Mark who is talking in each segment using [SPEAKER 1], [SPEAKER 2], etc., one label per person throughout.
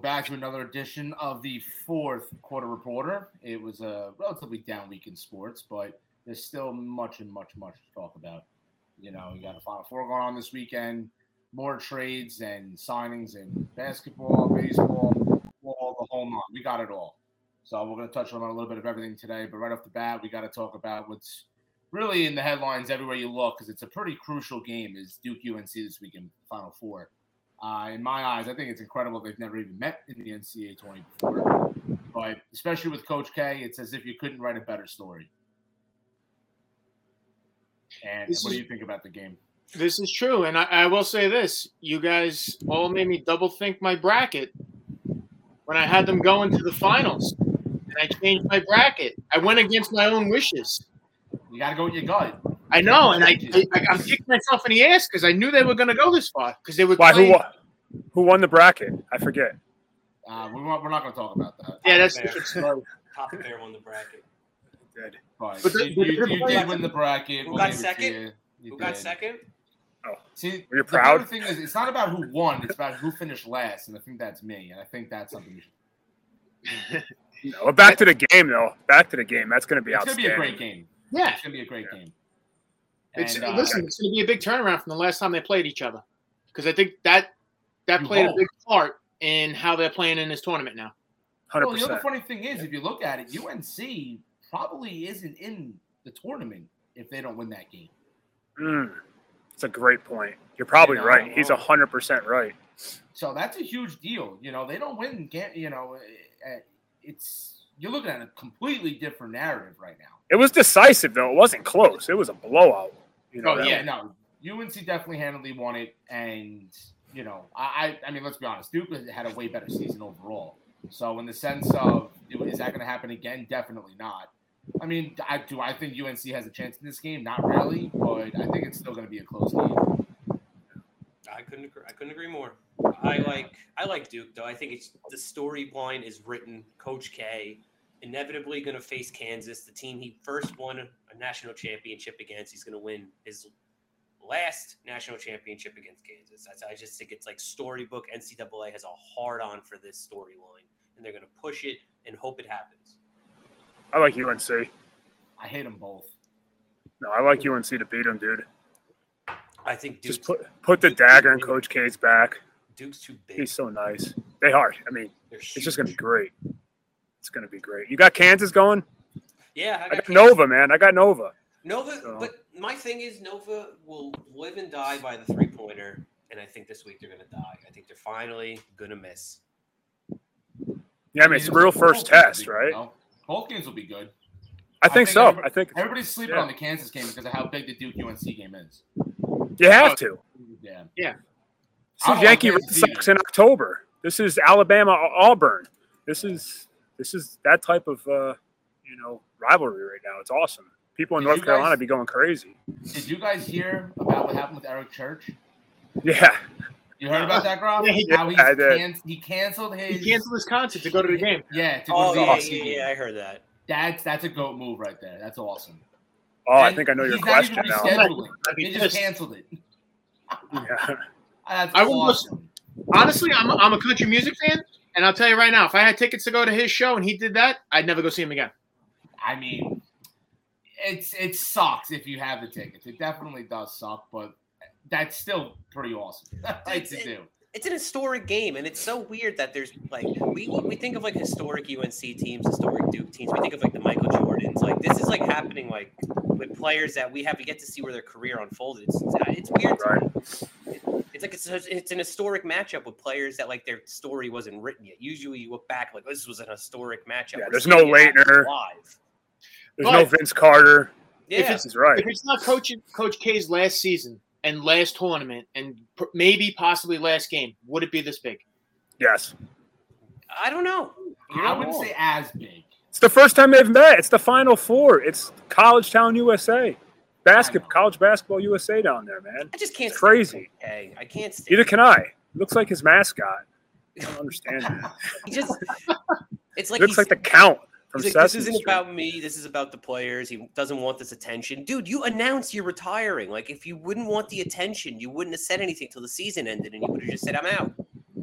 [SPEAKER 1] back to another edition of the fourth quarter reporter. It was a relatively down week in sports, but there's still much and much, much to talk about. You know, you got a Final Four going on this weekend, more trades and signings in basketball, baseball, all the whole month. We got it all. So we're going to touch on a little bit of everything today, but right off the bat, we got to talk about what's really in the headlines everywhere you look because it's a pretty crucial game is Duke UNC this weekend, Final Four. Uh, in my eyes, I think it's incredible they've never even met in the NCAA tournament before. But especially with Coach K, it's as if you couldn't write a better story. And
[SPEAKER 2] This
[SPEAKER 1] what do
[SPEAKER 2] is-
[SPEAKER 1] you think about the game?
[SPEAKER 2] This is true, and I, I will say this: you guys all made me double think my bracket when I had them going to the finals, and I changed my bracket. I went against my own wishes.
[SPEAKER 1] You got to go with your gut.
[SPEAKER 2] I know, and I, I I'm kicking myself in the ass because I knew they were going to go this far because they were.
[SPEAKER 3] Why? Who
[SPEAKER 2] playing-
[SPEAKER 3] won? Who won the bracket? I forget.
[SPEAKER 1] Uh, we're not, we're not going to talk about that.
[SPEAKER 2] Yeah, that's
[SPEAKER 4] There.
[SPEAKER 2] different story.
[SPEAKER 4] Papa Bear won the bracket.
[SPEAKER 1] But,
[SPEAKER 2] But the-
[SPEAKER 1] you,
[SPEAKER 2] but
[SPEAKER 1] you-
[SPEAKER 2] they're
[SPEAKER 1] you
[SPEAKER 2] playing-
[SPEAKER 1] did win the bracket.
[SPEAKER 4] Who
[SPEAKER 1] We'll
[SPEAKER 4] got
[SPEAKER 1] give it to
[SPEAKER 4] second?
[SPEAKER 1] you. You
[SPEAKER 4] Who got
[SPEAKER 1] did.
[SPEAKER 4] second?
[SPEAKER 1] See,
[SPEAKER 3] Were you
[SPEAKER 1] the
[SPEAKER 3] proud?
[SPEAKER 1] better thing is, it's not about who won; it's about who finished last, and I think that's me. And I think that's something. You should,
[SPEAKER 3] No, but back to the game, though. Back to the game. That's going to be
[SPEAKER 1] it's gonna be
[SPEAKER 3] outstanding.
[SPEAKER 1] a great game.
[SPEAKER 2] Yeah,
[SPEAKER 1] It's gonna be a great game.
[SPEAKER 2] it's
[SPEAKER 1] And, uh,
[SPEAKER 2] listen, it's going to be a big turnaround from the last time they played each other because I think that that
[SPEAKER 1] You
[SPEAKER 2] played a
[SPEAKER 1] hope.
[SPEAKER 2] big part in how they're playing in this tournament now.
[SPEAKER 3] Hundred
[SPEAKER 1] well, the other
[SPEAKER 3] percent.
[SPEAKER 1] funny thing is, if you look at it, UNC probably isn't in the tournament if they don't win that game.
[SPEAKER 3] It's Mm. a great point. You're probably
[SPEAKER 1] You know,
[SPEAKER 3] right. He's hundred percent right.
[SPEAKER 1] So that's a huge deal. You know, they don't win. ga- You know, eh, it's you're looking at a completely different narrative right now.
[SPEAKER 3] It was decisive, though. It wasn't close. It was a blowout. You know.
[SPEAKER 2] Oh,
[SPEAKER 3] that
[SPEAKER 1] yeah,
[SPEAKER 3] one.
[SPEAKER 1] no, UNC definitely handily won it, and you know, I, I I mean, let's be honest, Duke had a way better season overall. So in the sense of, is that going to happen again? Definitely not. I mean, I, do I think UNC has a chance in this game? Not really, but I think it's still going to be a close game.
[SPEAKER 4] I couldn't agree, I couldn't agree more. I like I like Duke though. I think it's the storyline is written. Coach K inevitably going to face Kansas, the team he first won a national championship against. He's going to win his last national championship against Kansas. That's, I just think it's like storybook. NCAA has a hard on for this storyline, and they're going to push it and hope it happens.
[SPEAKER 3] I like UNC.
[SPEAKER 1] I hate them both.
[SPEAKER 3] No, I like UNC to beat him, dude.
[SPEAKER 4] I think Duke's,
[SPEAKER 3] Just put put the dagger in Coach K's back.
[SPEAKER 4] Duke's too big.
[SPEAKER 3] He's so nice. They are. I mean,
[SPEAKER 4] They're
[SPEAKER 3] it's just going to be
[SPEAKER 4] huge.
[SPEAKER 3] great. It's going to be great. You got Kansas going.
[SPEAKER 4] yeah.
[SPEAKER 3] I got
[SPEAKER 4] Kansas.
[SPEAKER 3] Nova, man. I got Nova.
[SPEAKER 4] Nova,
[SPEAKER 3] So-
[SPEAKER 4] but my thing is Nova will live and die by the three pointer, and I think this week they're gonna die. I think they're finally gonna miss.
[SPEAKER 3] Yeah, I mean, it's the real
[SPEAKER 1] both
[SPEAKER 3] first
[SPEAKER 1] games will
[SPEAKER 3] test,
[SPEAKER 1] be-
[SPEAKER 3] right?
[SPEAKER 1] no, Both games will be good.
[SPEAKER 3] I think so. I think
[SPEAKER 1] everybody's sleeping
[SPEAKER 3] yeah.
[SPEAKER 1] on the Kansas game because of how big the Duke UNC game is.
[SPEAKER 3] you
[SPEAKER 1] uh,
[SPEAKER 3] have to.
[SPEAKER 1] Yeah, I
[SPEAKER 3] This
[SPEAKER 1] don't
[SPEAKER 3] is Yankee
[SPEAKER 1] like
[SPEAKER 3] Red
[SPEAKER 1] Kansas
[SPEAKER 3] Sox in October. This is Alabama Au- Auburn. This is this is that type of uh, you know rivalry right now. It's awesome. People in
[SPEAKER 1] Did you
[SPEAKER 3] North
[SPEAKER 1] guys-
[SPEAKER 3] Carolina be going crazy.
[SPEAKER 1] did you guys hear about what happened with Eric Church?
[SPEAKER 3] Yeah,
[SPEAKER 1] You heard about that, Groff?
[SPEAKER 2] Yeah, he-
[SPEAKER 1] How he's
[SPEAKER 3] yeah, I did.
[SPEAKER 1] canc- he canceled his.
[SPEAKER 2] He canceled his concert to go to the game.
[SPEAKER 1] Yeah, to go
[SPEAKER 4] Oh
[SPEAKER 1] to the
[SPEAKER 4] yeah,
[SPEAKER 1] AFC
[SPEAKER 4] yeah,
[SPEAKER 1] game.
[SPEAKER 4] yeah, I heard that.
[SPEAKER 1] That's that's a goat move right there. That's awesome.
[SPEAKER 3] Oh, I
[SPEAKER 1] And
[SPEAKER 3] think I know your
[SPEAKER 1] he's not
[SPEAKER 3] question
[SPEAKER 1] even
[SPEAKER 3] now. Oh
[SPEAKER 1] rescheduling.
[SPEAKER 2] I'd be
[SPEAKER 1] They just
[SPEAKER 2] pissed.
[SPEAKER 1] canceled it.
[SPEAKER 3] Yeah.
[SPEAKER 1] That's
[SPEAKER 2] I would
[SPEAKER 1] awesome.
[SPEAKER 2] Honestly, I'm a, I'm a country music fan, and I'll tell you right now, if I had tickets to go to his show and he did that, I'd never go see him again.
[SPEAKER 1] I mean, it's it sucks if you have the tickets. It definitely does suck, but that's still pretty awesome. like to do.
[SPEAKER 4] It's an historic game, and it's so weird that there's like we we think of like historic UNC teams, historic Duke teams. We think of like the Michael Jordans. Like this is like happening like with players that we have to get to see where their career unfolded. It's, uh, it's weird. to
[SPEAKER 3] Right.
[SPEAKER 4] me. It's like it's, it's an historic matchup with players that like their story wasn't written yet. Usually, you look back like this was an historic matchup.
[SPEAKER 3] Yeah,
[SPEAKER 4] We're
[SPEAKER 3] there's
[SPEAKER 4] seeing
[SPEAKER 3] no
[SPEAKER 4] it happen
[SPEAKER 3] Leitner.
[SPEAKER 4] Live.
[SPEAKER 3] There's
[SPEAKER 2] But-
[SPEAKER 3] no Vince Carter.
[SPEAKER 4] Yeah,
[SPEAKER 2] If
[SPEAKER 3] This is right.
[SPEAKER 2] If it's not Coach Coach K's last season and last tournament and pr- maybe possibly last game, would it be this big?
[SPEAKER 3] Yes,
[SPEAKER 4] I don't know. You're
[SPEAKER 1] I
[SPEAKER 4] not
[SPEAKER 1] wouldn't
[SPEAKER 4] wrong.
[SPEAKER 1] say as big.
[SPEAKER 3] it's the first time they've met. It's the Final Four. It's College Town USA,
[SPEAKER 1] I know.
[SPEAKER 3] basketball, college basketball USA down there, man.
[SPEAKER 4] I just can't.
[SPEAKER 3] It's crazy.
[SPEAKER 4] Hey, I can't stand.
[SPEAKER 3] Neither can I. Looks like his mascot. I don't understand that.
[SPEAKER 4] He just. It's like
[SPEAKER 3] It looks
[SPEAKER 4] he's-
[SPEAKER 3] like the count from
[SPEAKER 4] he's like,
[SPEAKER 3] Sesame
[SPEAKER 4] this isn't
[SPEAKER 3] Street.
[SPEAKER 4] about me. This is about the players. He doesn't want this attention, dude. You announce you're retiring. Like if you wouldn't want the attention, you wouldn't have said anything till the season ended, and you would have just said, "I'm out."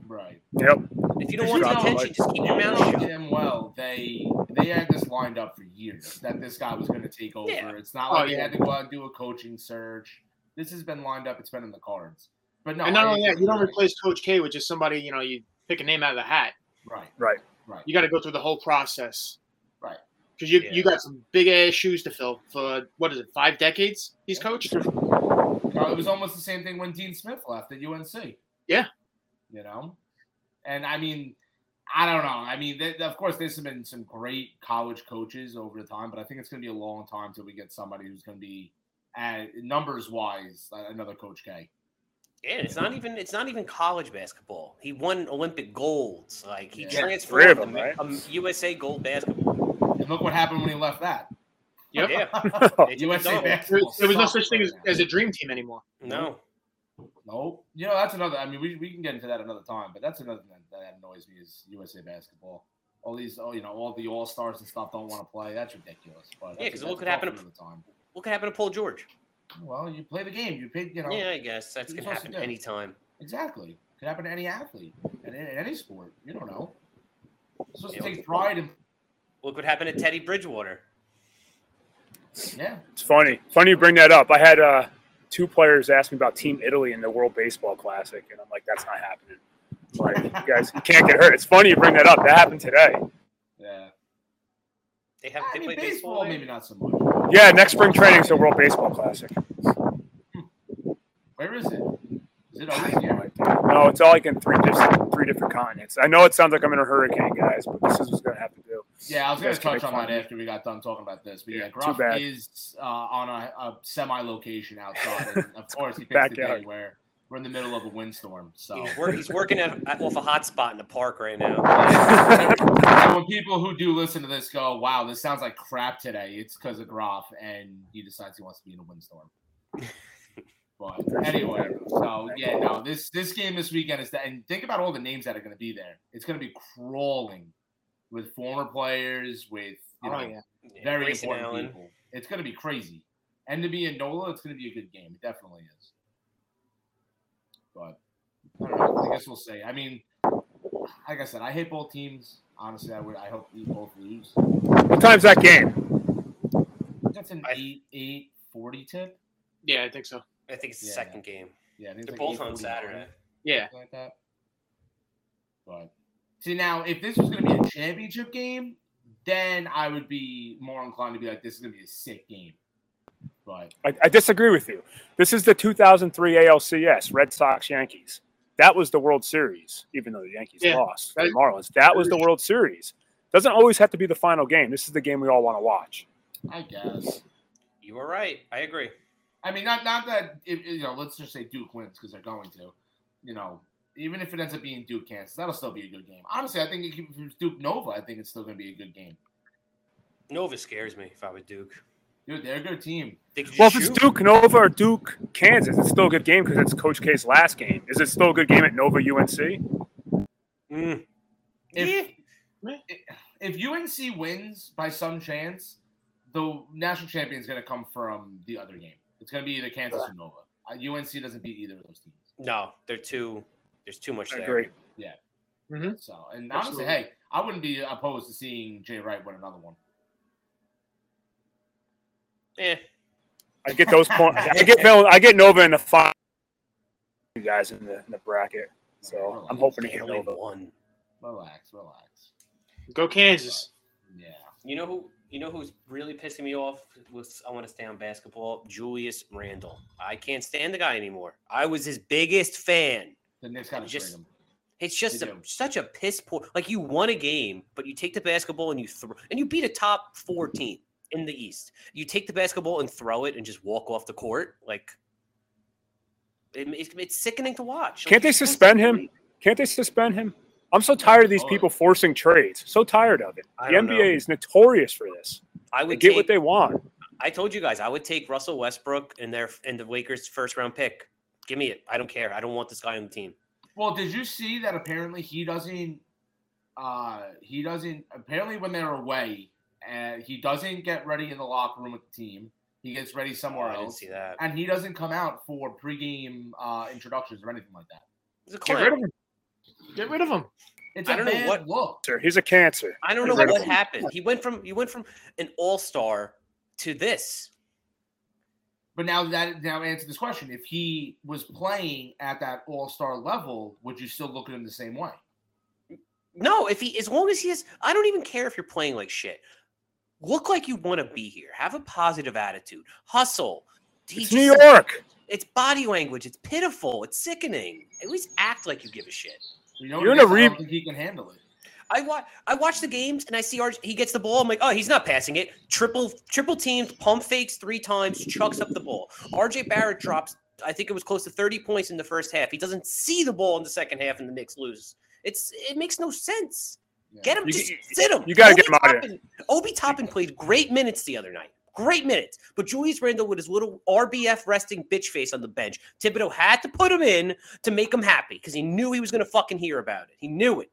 [SPEAKER 1] Right.
[SPEAKER 3] Yep.
[SPEAKER 4] If you don't want the
[SPEAKER 3] Drop the
[SPEAKER 4] attention,
[SPEAKER 3] mic.
[SPEAKER 4] just keep your mouth
[SPEAKER 1] know
[SPEAKER 4] shut.
[SPEAKER 1] damn well they they had this lined up for years that this guy was going to take over.
[SPEAKER 4] Yeah.
[SPEAKER 1] It's not
[SPEAKER 2] Oh,
[SPEAKER 1] like they
[SPEAKER 2] yeah.
[SPEAKER 1] had to go out and do a coaching search. This has been lined up. It's been in the cards. But no,
[SPEAKER 2] and not
[SPEAKER 1] I
[SPEAKER 2] only that, you don't
[SPEAKER 1] agree.
[SPEAKER 2] replace Coach K with just somebody, you know, you pick a name out of the hat.
[SPEAKER 1] right,
[SPEAKER 3] Right.
[SPEAKER 1] right.
[SPEAKER 2] You got to go through the whole process.
[SPEAKER 1] Right.
[SPEAKER 2] Because you,
[SPEAKER 4] Yeah.
[SPEAKER 2] you got some big ass shoes to fill for, what is it, five decades he's coached?
[SPEAKER 1] Uh, it was almost the same thing when Dean Smith left at UNC.
[SPEAKER 2] Yeah.
[SPEAKER 1] You know? And I mean, I don't know. I mean, th- of course, there's been some great college coaches over the time, but I think it's going to be a long time till we get somebody who's going to be, uh, numbers wise, uh, another Coach K.
[SPEAKER 4] Yeah, it's not even it's not even college basketball. He won Olympic golds. Like he
[SPEAKER 1] Yeah.
[SPEAKER 4] transferred
[SPEAKER 3] Three of them,
[SPEAKER 4] to
[SPEAKER 3] right?
[SPEAKER 4] um, USA gold basketball.
[SPEAKER 1] And look what happened when he left that.
[SPEAKER 2] Yep.
[SPEAKER 4] Yeah, they took it
[SPEAKER 1] USA
[SPEAKER 4] down.
[SPEAKER 2] There,
[SPEAKER 1] basketball.
[SPEAKER 2] there was no
[SPEAKER 1] sucks
[SPEAKER 2] such thing
[SPEAKER 1] right
[SPEAKER 2] as,
[SPEAKER 1] now.
[SPEAKER 2] as a dream team anymore.
[SPEAKER 4] No,
[SPEAKER 1] Nope. You know, that's another. I mean, we, we can get into that another time, but that's another thing that, that annoys me is USA basketball. All these, oh, you know, all the all stars and stuff don't want to play. That's ridiculous. But that's-
[SPEAKER 4] 'cause what
[SPEAKER 1] that's
[SPEAKER 4] could
[SPEAKER 1] a
[SPEAKER 4] happen
[SPEAKER 1] topic
[SPEAKER 4] if-
[SPEAKER 1] another time.
[SPEAKER 4] what could happen to Paul George?
[SPEAKER 1] Well, you play the game. You pay. You know,
[SPEAKER 4] Yeah, I guess that's
[SPEAKER 1] He's
[SPEAKER 4] gonna
[SPEAKER 1] supposed to
[SPEAKER 4] happen
[SPEAKER 1] do it.
[SPEAKER 4] anytime.
[SPEAKER 1] exactly. Could happen to any athlete and in, in any sport. You don't know. You're supposed to
[SPEAKER 4] Yeah.
[SPEAKER 1] take pride in.
[SPEAKER 4] Look what happened to Teddy Bridgewater.
[SPEAKER 1] Yeah.
[SPEAKER 3] It's funny. Funny you bring that up. I had uh, two players ask me about Team Italy in the World Baseball Classic, and I'm like, that's not happening. Like, you guys you can't get hurt. It's funny you bring that up. That happened today.
[SPEAKER 1] Yeah.
[SPEAKER 4] They have
[SPEAKER 1] I
[SPEAKER 4] they
[SPEAKER 1] mean,
[SPEAKER 4] play baseball.
[SPEAKER 1] baseball
[SPEAKER 4] there?
[SPEAKER 1] maybe not so much.
[SPEAKER 3] Yeah, next spring training is the World Baseball Classic.
[SPEAKER 1] Where is it? Is it over here?
[SPEAKER 3] No, it's all like in three different three different continents. I know it sounds like I'm in a hurricane, guys, but this is what's gonna have to do.
[SPEAKER 1] Yeah, I was going to
[SPEAKER 3] You guys can
[SPEAKER 1] touch
[SPEAKER 3] make
[SPEAKER 1] on
[SPEAKER 3] fun
[SPEAKER 1] that
[SPEAKER 3] of me.
[SPEAKER 1] after we got done talking about this. But
[SPEAKER 3] Yeah,
[SPEAKER 1] yeah,
[SPEAKER 3] too
[SPEAKER 1] Groff
[SPEAKER 3] bad.
[SPEAKER 1] is uh, on a, a semi location outside. And of course, he picks the
[SPEAKER 3] Backyard.
[SPEAKER 1] day where we're in the middle of a windstorm. So
[SPEAKER 4] He's, work, he's working at, at- off a hot spot in the park right now.
[SPEAKER 1] And when people who do listen to this go, wow, this sounds like crap today, it's because of Groff and he decides he wants to be in a windstorm. But anyway, so yeah, no, this this game this weekend is that, and think about all the names that are going to be there. It's going to be crawling with former players, with you know,
[SPEAKER 2] Oh, yeah.
[SPEAKER 4] Yeah,
[SPEAKER 1] very
[SPEAKER 4] Grayson
[SPEAKER 1] important
[SPEAKER 4] Allen.
[SPEAKER 1] people. It's going to be crazy, and to be in NOLA, it's going to be a good game. It definitely is. But I don't know. I guess we'll see. I mean, like I said, I hate both teams. Honestly, I would. I hope we both lose.
[SPEAKER 3] What time's that game?
[SPEAKER 1] That's an
[SPEAKER 4] I-
[SPEAKER 1] eight eight forty tip.
[SPEAKER 2] Yeah, I think so.
[SPEAKER 4] I think it's the
[SPEAKER 1] Yeah.
[SPEAKER 4] second game.
[SPEAKER 1] Yeah, I think it's
[SPEAKER 4] They're
[SPEAKER 1] like
[SPEAKER 4] both on
[SPEAKER 1] 8:49,
[SPEAKER 4] Saturday.
[SPEAKER 2] Yeah.
[SPEAKER 1] something Like that. But see now, if this was going to be a championship game, then I would be more inclined to be like, this is going to be a sick game. But
[SPEAKER 3] I, I disagree with you. This is the 2003 ALCS, Red Sox Yankees. That was the World Series, even though the Yankees
[SPEAKER 2] Yeah.
[SPEAKER 3] lost to the Marlins. That was the World Series. Doesn't always have to be the final game. This is the game we all want to watch.
[SPEAKER 1] I guess.
[SPEAKER 4] You were right. I agree.
[SPEAKER 1] I mean, not not that if, you know. Let's just say Duke wins because they're going to. You know, even if it ends up being Duke Kansas, that'll still be a good game. Honestly, I think if it's Duke Nova, I think it's still going to be a good game.
[SPEAKER 4] Nova scares me if I were Duke.
[SPEAKER 1] Dude, they're a good team.
[SPEAKER 4] They could just
[SPEAKER 3] Well, if it's
[SPEAKER 4] shoot.
[SPEAKER 3] Duke Nova or Duke Kansas, it's still a good game because it's Coach K's last game. Is it still a good game at Nova UNC?
[SPEAKER 4] Mm.
[SPEAKER 1] If
[SPEAKER 2] Yeah.
[SPEAKER 1] if UNC wins by some chance, the national champion is going to come from the other game. It's going to be either Kansas or Nova. Uh, UNC doesn't beat either of those teams.
[SPEAKER 4] No, they're too. There's too much
[SPEAKER 3] I
[SPEAKER 4] there.
[SPEAKER 3] agree.
[SPEAKER 1] So, and honestly,
[SPEAKER 2] Absolutely.
[SPEAKER 1] hey, I wouldn't be opposed to seeing Jay Wright win another one.
[SPEAKER 4] Eh,
[SPEAKER 3] I get those points. I get Vil- I get Nova in the final. You guys in the, in the bracket, so I'm hoping to
[SPEAKER 4] they
[SPEAKER 3] get
[SPEAKER 4] only
[SPEAKER 3] Nova.
[SPEAKER 4] one.
[SPEAKER 1] Relax, relax.
[SPEAKER 2] Go Kansas.
[SPEAKER 1] Yeah.
[SPEAKER 4] You know who? You know who's really pissing me off? Was I want to stay on basketball? Julius Randle. I can't stand the guy anymore. I was his biggest fan.
[SPEAKER 1] The Knicks got to trade
[SPEAKER 4] Just-
[SPEAKER 1] him.
[SPEAKER 4] It's just
[SPEAKER 1] They
[SPEAKER 4] a,
[SPEAKER 1] do.
[SPEAKER 4] such a piss poor. Like you won a game, but you take the basketball and you throw, and you beat a top four team in the East. You take the basketball and throw it and just walk off the court. Like it, it's- it's sickening to watch. Like,
[SPEAKER 3] Can't they
[SPEAKER 4] you're supposed to
[SPEAKER 3] suspend
[SPEAKER 4] be
[SPEAKER 3] him?
[SPEAKER 4] great.
[SPEAKER 3] Can't they suspend him? I'm so tired of these
[SPEAKER 1] Totally.
[SPEAKER 3] people forcing trades. So tired of it.
[SPEAKER 4] Oh. I
[SPEAKER 3] The
[SPEAKER 4] don't
[SPEAKER 3] NBA
[SPEAKER 4] know.
[SPEAKER 3] is notorious for this.
[SPEAKER 4] I
[SPEAKER 3] They
[SPEAKER 4] would
[SPEAKER 3] get
[SPEAKER 4] take,
[SPEAKER 3] what they want.
[SPEAKER 4] I told you guys I would take Russell Westbrook and their and the Lakers first round pick. Give me it. I don't care. I don't want this guy on the team.
[SPEAKER 1] Well, did you see that apparently he doesn't uh he doesn't apparently when they're away uh, he doesn't get ready in the locker room with the team. He gets ready somewhere
[SPEAKER 4] Oh, I didn't
[SPEAKER 1] else.
[SPEAKER 4] see that.
[SPEAKER 1] And he doesn't come out for pregame uh introductions or anything like that.
[SPEAKER 4] He's a
[SPEAKER 2] Get
[SPEAKER 4] clown.
[SPEAKER 2] rid of him. Get rid of him.
[SPEAKER 1] It's
[SPEAKER 4] I
[SPEAKER 1] a
[SPEAKER 4] don't know
[SPEAKER 1] bad
[SPEAKER 4] what-
[SPEAKER 1] look.
[SPEAKER 3] Sir, He's a cancer.
[SPEAKER 4] I don't know
[SPEAKER 3] Right.
[SPEAKER 4] what happened. He went from he went from an all star to this.
[SPEAKER 1] But now that now answer this question: If he was playing at that All Star level, would you still look at him the same way?
[SPEAKER 4] No, if he as long as he is, I don't even care if you're playing like shit. Look like you want to be here. Have a positive attitude. Hustle. He
[SPEAKER 3] It's
[SPEAKER 4] just-
[SPEAKER 3] New York.
[SPEAKER 4] It's body language. It's pitiful. It's sickening. At least act like you give a shit.
[SPEAKER 1] You know,
[SPEAKER 3] You're
[SPEAKER 1] what it
[SPEAKER 3] in a
[SPEAKER 1] is? I
[SPEAKER 3] re-
[SPEAKER 1] don't think he can handle it.
[SPEAKER 4] I watch I watch the games and I see RJ, he gets the ball. I'm like, oh, he's not passing it. Triple triple teams, pump fakes three times, chucks up the ball. RJ Barrett drops. I think it was close to 30 points in the first half. He doesn't see the ball in the second half, and the Knicks lose. It's it makes no sense.
[SPEAKER 1] Yeah.
[SPEAKER 4] Get him,
[SPEAKER 3] You-
[SPEAKER 4] just
[SPEAKER 3] you-
[SPEAKER 4] sit him.
[SPEAKER 3] you gotta get him out of
[SPEAKER 4] Toppin, Obi Toppin played great minutes the other night. Great minutes, but Julius Randle with his little RBF resting bitch face on the bench. Thibodeau had to put him in to make him happy because he knew he was going to fucking hear about it. He knew it.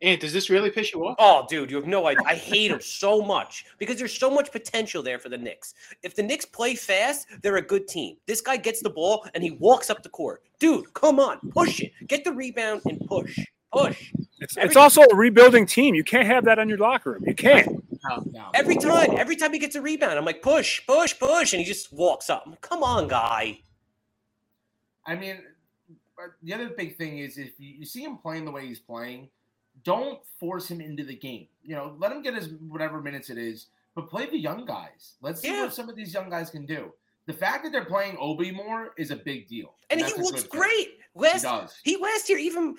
[SPEAKER 2] Ant, does this really piss you off?
[SPEAKER 4] Oh, dude, you have no idea. I hate him so much because there's so much potential there for the Knicks. If the Knicks play fast, they're a good team. This guy gets the ball and he walks up the court. Dude, come on, push it. Get the rebound and push. Push.
[SPEAKER 3] It's,
[SPEAKER 4] Every-
[SPEAKER 3] it's also a rebuilding team. You can't have that on your locker room. You can't.
[SPEAKER 1] No, no.
[SPEAKER 4] Every time, every time he gets a rebound, I'm like, push, push, push. And he just walks up. I'm like, come on, guy.
[SPEAKER 1] I mean, but the other big thing is if you, you see him playing the way he's playing, don't force him into the game. You know, let him get his whatever minutes it is, but play the young guys. Let's see
[SPEAKER 4] Yeah.
[SPEAKER 1] what some of these young guys can do. The fact that they're playing Obi more is a big deal.
[SPEAKER 4] And he
[SPEAKER 1] that's a
[SPEAKER 4] looks
[SPEAKER 1] good thing.
[SPEAKER 4] great.
[SPEAKER 1] He
[SPEAKER 4] Last
[SPEAKER 1] does.
[SPEAKER 4] He last year even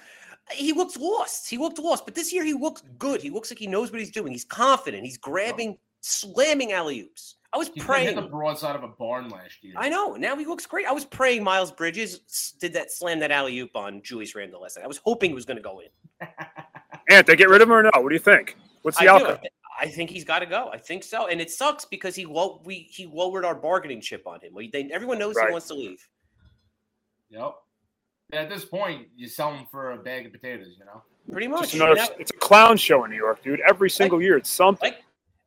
[SPEAKER 4] he looked lost. He looked lost, but this year he looks good. He looks like he knows what he's doing. He's confident. He's grabbing, slamming alley oops. I was
[SPEAKER 1] He hit
[SPEAKER 4] praying.
[SPEAKER 1] the broadside of a barn last year.
[SPEAKER 4] I know. Now he looks great. I was praying Miles Bridges s- did that slam that alley oop on Julius Randle last night. I was hoping it was going to go in.
[SPEAKER 3] Ant, they get rid of him or no? What do you think? What's the
[SPEAKER 4] I, do. I
[SPEAKER 3] outcome?
[SPEAKER 4] thi- I think he's got to go. I think so. And it sucks because he low, we he lowered our bargaining chip on him. We, they, everyone knows he
[SPEAKER 3] Right.
[SPEAKER 4] wants to leave.
[SPEAKER 1] Yep. At this point, you sell him for a bag of potatoes, you know?
[SPEAKER 4] Pretty much.
[SPEAKER 3] Just another,
[SPEAKER 4] Now-
[SPEAKER 3] it's a clown show in New York, dude. Every single year, it's something.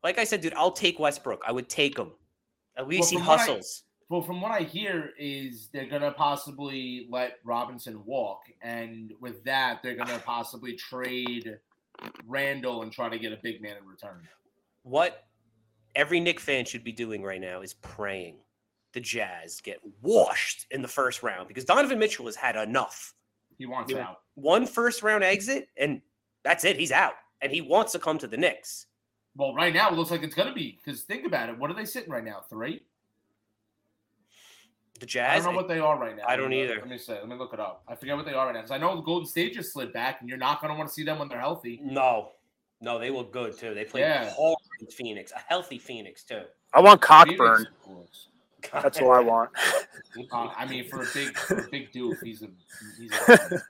[SPEAKER 4] like I said, dude, I'll take Westbrook. I would take him. At
[SPEAKER 1] Well,
[SPEAKER 4] least he
[SPEAKER 1] from what I-
[SPEAKER 4] hustles.
[SPEAKER 1] Well, from what I hear is they're gonna possibly let Robinson walk, and with that, they're gonna possibly trade Randall and try to get a big man in return.
[SPEAKER 4] what every Nick fan should be doing right now is praying the Jazz get washed in the first round because Donovan Mitchell has had enough.
[SPEAKER 1] He wants
[SPEAKER 4] Yeah.
[SPEAKER 1] out.
[SPEAKER 4] One first round exit, and that's it. He's out. And he wants to come to the Knicks.
[SPEAKER 1] Well, right now it looks like it's gonna be because think about it. What are they sitting right now? Three?
[SPEAKER 4] The
[SPEAKER 1] I
[SPEAKER 4] Jazz.
[SPEAKER 1] don't know what they are right now.
[SPEAKER 4] I don't
[SPEAKER 1] Let me-
[SPEAKER 4] either.
[SPEAKER 1] Let me say. Let me look it up. I forget what they are right now. 'Cause I know the Golden State just slid back, and you're not gonna want to see them when they're healthy.
[SPEAKER 4] no, no, they look good too. They played
[SPEAKER 1] Yeah.
[SPEAKER 4] hard in Phoenix, a healthy Phoenix too.
[SPEAKER 3] I want
[SPEAKER 1] Phoenix,
[SPEAKER 3] Cockburn.
[SPEAKER 1] of course.
[SPEAKER 3] That's all I want.
[SPEAKER 1] Uh, I mean, for a big, for a big dude, he's a he's a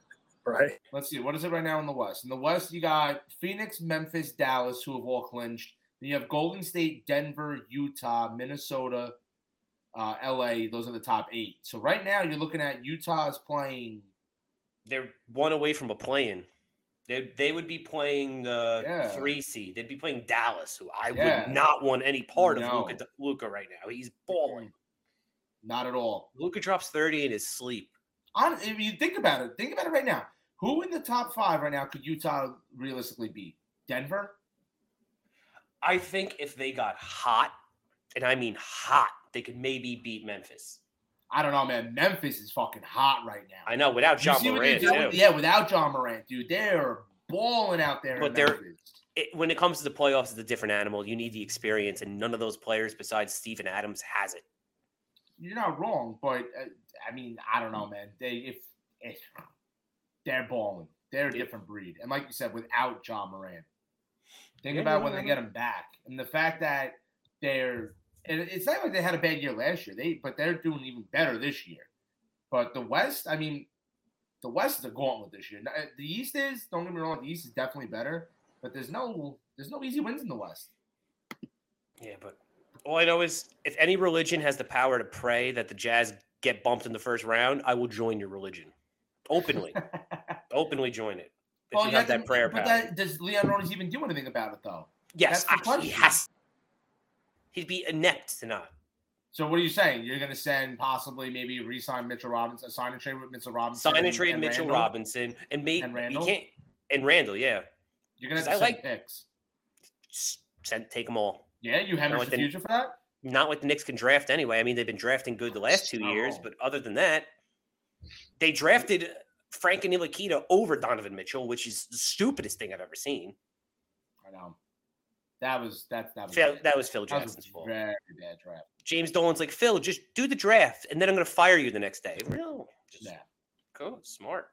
[SPEAKER 3] Right?
[SPEAKER 1] Let's see. What is it right now in the West? In the West, you got Phoenix, Memphis, Dallas, who have all clinched. Then you have Golden State, Denver, Utah, Minnesota, uh, LA. Those are the top eight. So right now, you're looking at Utah's playing.
[SPEAKER 4] They're one away from a play-in. They, they would be playing the
[SPEAKER 1] Yeah.
[SPEAKER 4] three seed. They'd be playing Dallas, who I
[SPEAKER 1] Yeah.
[SPEAKER 4] would not want any part
[SPEAKER 1] No.
[SPEAKER 4] of Luca right now. He's balling.
[SPEAKER 1] Not at all.
[SPEAKER 4] Luca drops 30 in his sleep.
[SPEAKER 1] On, if you think about it, think about it right now. Who in the top five right now could Utah realistically beat? Denver?
[SPEAKER 4] I think if they got hot, and I mean hot, they could maybe beat Memphis.
[SPEAKER 1] I don't know, man. Memphis is fucking hot right now.
[SPEAKER 4] I know without
[SPEAKER 1] You
[SPEAKER 4] John
[SPEAKER 1] see what they
[SPEAKER 4] Moran,
[SPEAKER 1] did with-
[SPEAKER 4] too.
[SPEAKER 1] yeah, without John Morant, dude, they're balling out there.
[SPEAKER 4] But
[SPEAKER 1] in
[SPEAKER 4] they're-
[SPEAKER 1] Memphis.
[SPEAKER 4] It, when it comes to the playoffs, it's a different animal. You need the experience, and none of those players besides Steven Adams has it.
[SPEAKER 1] you're not wrong, but uh, I mean, I don't know, man. They if, if they're balling, they're a different breed, and like you said, without John Moran, think
[SPEAKER 4] Yeah,
[SPEAKER 1] about
[SPEAKER 4] no,
[SPEAKER 1] when
[SPEAKER 4] I
[SPEAKER 1] they
[SPEAKER 4] know.
[SPEAKER 1] get him back, and the fact that they're and it's not like they had a bad year last year. They but they're doing even better this year. But the West, I mean, the West is a gauntlet this year. Now, uh, The East is don't get me wrong, the East is definitely better, but there's no there's no easy wins in the West.
[SPEAKER 4] Yeah, but all I know is if any religion has the power to pray that the Jazz get bumped in the first round, I will join your religion openly. openly join it. If Oh, you
[SPEAKER 1] yeah,
[SPEAKER 4] have that prayer power.
[SPEAKER 1] but that, does Leon Rhodes even do anything about it though?
[SPEAKER 4] yes, ah,
[SPEAKER 1] that's the
[SPEAKER 4] I- he
[SPEAKER 1] question.
[SPEAKER 4] has. He'd be inept to not.
[SPEAKER 1] So what are you saying? You're going to send possibly maybe resign Mitchell Robinson, sign and trade with Mitchell Robinson,
[SPEAKER 4] Sign and trade Mitchell
[SPEAKER 1] Randall?
[SPEAKER 4] Robinson and maybe
[SPEAKER 1] And
[SPEAKER 4] you
[SPEAKER 1] Randall?
[SPEAKER 4] can't and Randall, yeah.
[SPEAKER 1] You're going to have
[SPEAKER 4] 'Cause
[SPEAKER 1] to
[SPEAKER 4] I
[SPEAKER 1] send
[SPEAKER 4] like-
[SPEAKER 1] picks.
[SPEAKER 4] Just send take them all.
[SPEAKER 1] Yeah, you have
[SPEAKER 4] I
[SPEAKER 1] a
[SPEAKER 4] like the-
[SPEAKER 1] future for that.
[SPEAKER 4] Not what the Knicks can draft anyway. I mean, they've been drafting good the last two
[SPEAKER 1] Not
[SPEAKER 4] years,
[SPEAKER 1] wrong.
[SPEAKER 4] but other than that, they drafted Frank and Ilikita over Donovan Mitchell, which is the stupidest thing I've ever seen.
[SPEAKER 1] I know. That was that that was
[SPEAKER 4] Phil,
[SPEAKER 1] bad.
[SPEAKER 4] that was Phil
[SPEAKER 1] Um, That was
[SPEAKER 4] Jackson's
[SPEAKER 1] a
[SPEAKER 4] fault.
[SPEAKER 1] very bad draft.
[SPEAKER 4] James Dolan's like, Phil, just do the draft, and then I'm going to fire you the next day. No, just
[SPEAKER 1] Yeah.
[SPEAKER 4] go smart.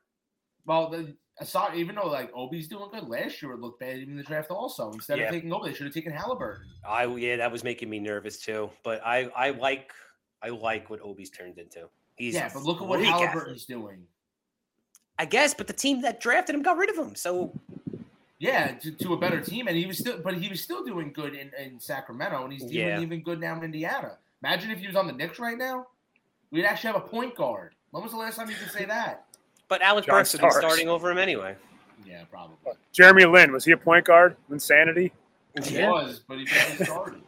[SPEAKER 1] Well, the, aside, even though like Obi's doing good last year, it looked bad even in the draft. Also, instead
[SPEAKER 4] Yeah.
[SPEAKER 1] of taking Obi, they should have taken Halliburton.
[SPEAKER 4] I yeah, that was making me nervous too. But I I like I like what Obi's turned into. He's
[SPEAKER 1] yeah,
[SPEAKER 4] a
[SPEAKER 1] but look at what
[SPEAKER 4] freak athlete.
[SPEAKER 1] Halliburton's doing.
[SPEAKER 4] I guess, but the team that drafted him got rid of him. So
[SPEAKER 1] Yeah, to, to a better team, and he was still, but he was still doing good in, in Sacramento, and he's doing
[SPEAKER 4] Yeah.
[SPEAKER 1] even good now in Indiana. Imagine if he was on the Knicks right now, we'd actually have a point guard. When was the last time you could say that?
[SPEAKER 4] but Alec
[SPEAKER 3] John
[SPEAKER 4] Burks has been
[SPEAKER 3] Starks.
[SPEAKER 4] starting over him anyway.
[SPEAKER 1] Yeah, probably.
[SPEAKER 3] Jeremy Lin was he a point guard? Insanity.
[SPEAKER 1] He was, but he barely started.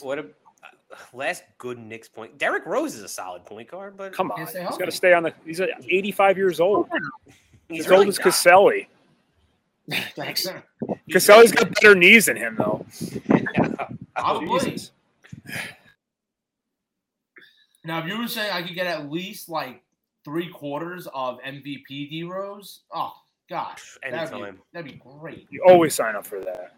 [SPEAKER 4] What a uh, last good Knicks point. Derek Rose is a solid point guard, but
[SPEAKER 3] Come on,
[SPEAKER 1] Can't
[SPEAKER 3] he's
[SPEAKER 1] stay
[SPEAKER 3] got
[SPEAKER 1] healthy.
[SPEAKER 3] to stay on the. He's uh, 85 years old.
[SPEAKER 4] he's
[SPEAKER 3] As
[SPEAKER 4] really
[SPEAKER 3] old as
[SPEAKER 4] not.
[SPEAKER 3] Caselli.
[SPEAKER 2] Thanks.
[SPEAKER 4] He's
[SPEAKER 3] Caselli's
[SPEAKER 4] really
[SPEAKER 3] got better knees than him though.
[SPEAKER 4] not.
[SPEAKER 1] Probably.
[SPEAKER 3] Jesus.
[SPEAKER 1] Now, if you were saying I could get at least like three quarters of MVP D Rose, oh gosh, that'd be,
[SPEAKER 4] Anytime.
[SPEAKER 1] that'd be great.
[SPEAKER 3] You always sign up for that.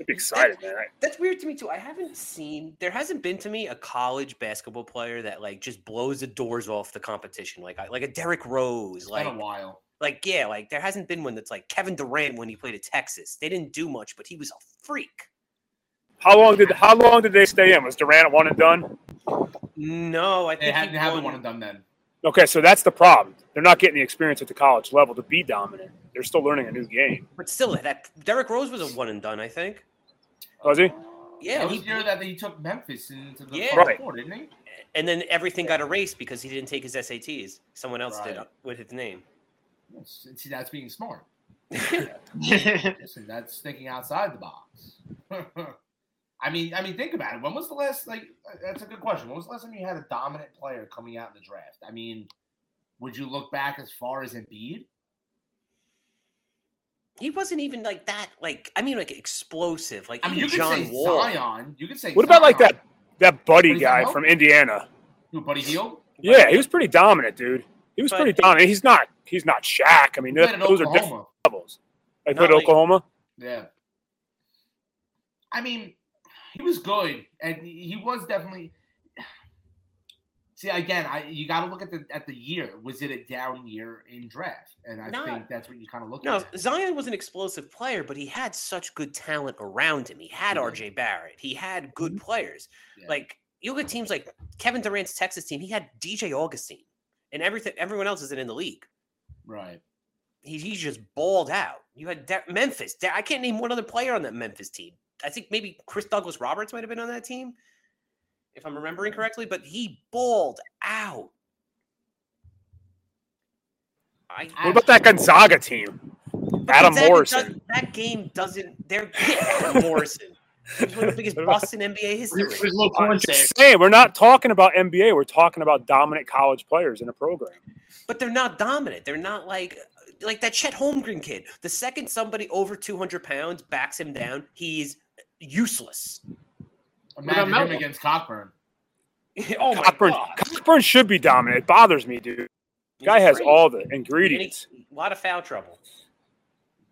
[SPEAKER 3] I'd be excited, man. I-
[SPEAKER 4] That's weird to me too. I haven't seen there hasn't been to me a college basketball player that like just blows the doors off the competition. Like I- like a Derrick Rose,
[SPEAKER 1] It's been
[SPEAKER 4] like
[SPEAKER 1] a while.
[SPEAKER 4] like yeah, like there hasn't been one that's like Kevin Durant when he played at Texas. They didn't do much, but he was a freak.
[SPEAKER 3] How long did how long did they stay in? Was Durant one and done?
[SPEAKER 4] No, I think
[SPEAKER 1] They
[SPEAKER 4] he
[SPEAKER 1] hadn't had
[SPEAKER 4] won-
[SPEAKER 1] one and done then.
[SPEAKER 3] Okay, so that's the problem. They're not getting the experience at the college level to be dominant. They're still learning a new game.
[SPEAKER 4] But still, that Derrick Rose was a one and done. I think.
[SPEAKER 3] Was he?
[SPEAKER 4] Yeah,
[SPEAKER 1] that was
[SPEAKER 4] he-
[SPEAKER 1] the year that he took Memphis into the
[SPEAKER 4] Yeah.
[SPEAKER 1] final
[SPEAKER 3] Right.
[SPEAKER 1] four, didn't he?
[SPEAKER 4] and then everything got erased because he didn't take his SATs. Someone else did
[SPEAKER 1] Right.
[SPEAKER 4] with his name.
[SPEAKER 1] Yes. See, that's being smart.
[SPEAKER 2] yeah,
[SPEAKER 1] Listen, that's thinking outside the box. I mean, I mean, think about it. When was the last like? uh, That's a good question. When was the last time you had a dominant player coming out in the draft? I mean, would you look back as far as Embiid?
[SPEAKER 4] He wasn't even like that. Like I mean, like explosive. Like
[SPEAKER 1] I mean, you
[SPEAKER 4] even
[SPEAKER 1] could
[SPEAKER 4] John
[SPEAKER 1] say
[SPEAKER 4] Wall.
[SPEAKER 1] Zion. You could say
[SPEAKER 3] What about, like,
[SPEAKER 1] Zion.
[SPEAKER 3] That buddy
[SPEAKER 1] Buddy
[SPEAKER 3] guy
[SPEAKER 1] Hield?
[SPEAKER 3] from Indiana.
[SPEAKER 1] Who, Buddy Hield?
[SPEAKER 3] Yeah, he was pretty dominant, dude. He was
[SPEAKER 4] But-
[SPEAKER 3] pretty dominant. He's not he's not Shaq. I mean,
[SPEAKER 1] He played
[SPEAKER 3] that,
[SPEAKER 1] at
[SPEAKER 3] those are different
[SPEAKER 1] Oklahoma.
[SPEAKER 3] levels. Like
[SPEAKER 4] Not
[SPEAKER 3] put
[SPEAKER 4] like-
[SPEAKER 3] Oklahoma.
[SPEAKER 1] Yeah. I mean, he was good, and he was definitely. See again, I you got to look at the at the year. Was it a down year in draft? And I
[SPEAKER 4] No.
[SPEAKER 1] think that's what you kind of look
[SPEAKER 4] No,
[SPEAKER 1] at.
[SPEAKER 4] Zion was an explosive player, but he had such good talent around him. He had
[SPEAKER 1] Mhm.
[SPEAKER 4] RJ Barrett. He had good players.
[SPEAKER 1] Mm-hmm. Yeah.
[SPEAKER 4] Like you look at teams like Kevin Durant's Texas team. He had DJ Augustine, and everything. Everyone else isn't in the league.
[SPEAKER 1] Right.
[SPEAKER 4] He, he just balled out. You had De- Memphis. De- I can't name one other player on that Memphis team. I think maybe Chris Douglas Roberts might have been on that team, if I'm remembering correctly. But he balled out. I,
[SPEAKER 3] What about that Gonzaga team? Adam
[SPEAKER 4] Gonzaga
[SPEAKER 3] Morrison.
[SPEAKER 4] doesn't- that game doesn't. They're yeah, Adam Morrison. He's one of the biggest busts in NBA history.
[SPEAKER 2] There's no
[SPEAKER 3] I'm
[SPEAKER 2] point there.
[SPEAKER 3] just saying, we're not talking about NBA. We're talking about dominant college players in a program.
[SPEAKER 4] but they're not dominant. They're not like like that Chet Holmgren kid. The second somebody over 200 pounds backs him down, he's useless.
[SPEAKER 1] Imagine him
[SPEAKER 2] Melvin?
[SPEAKER 1] against Cochran.
[SPEAKER 4] oh my
[SPEAKER 3] Cockburn,
[SPEAKER 4] god!
[SPEAKER 3] Cockburn should be dominant. It bothers me, dude.
[SPEAKER 4] He's
[SPEAKER 3] Guy has
[SPEAKER 4] afraid.
[SPEAKER 3] all the
[SPEAKER 4] And he-
[SPEAKER 3] ingredients.
[SPEAKER 4] A lot of foul trouble.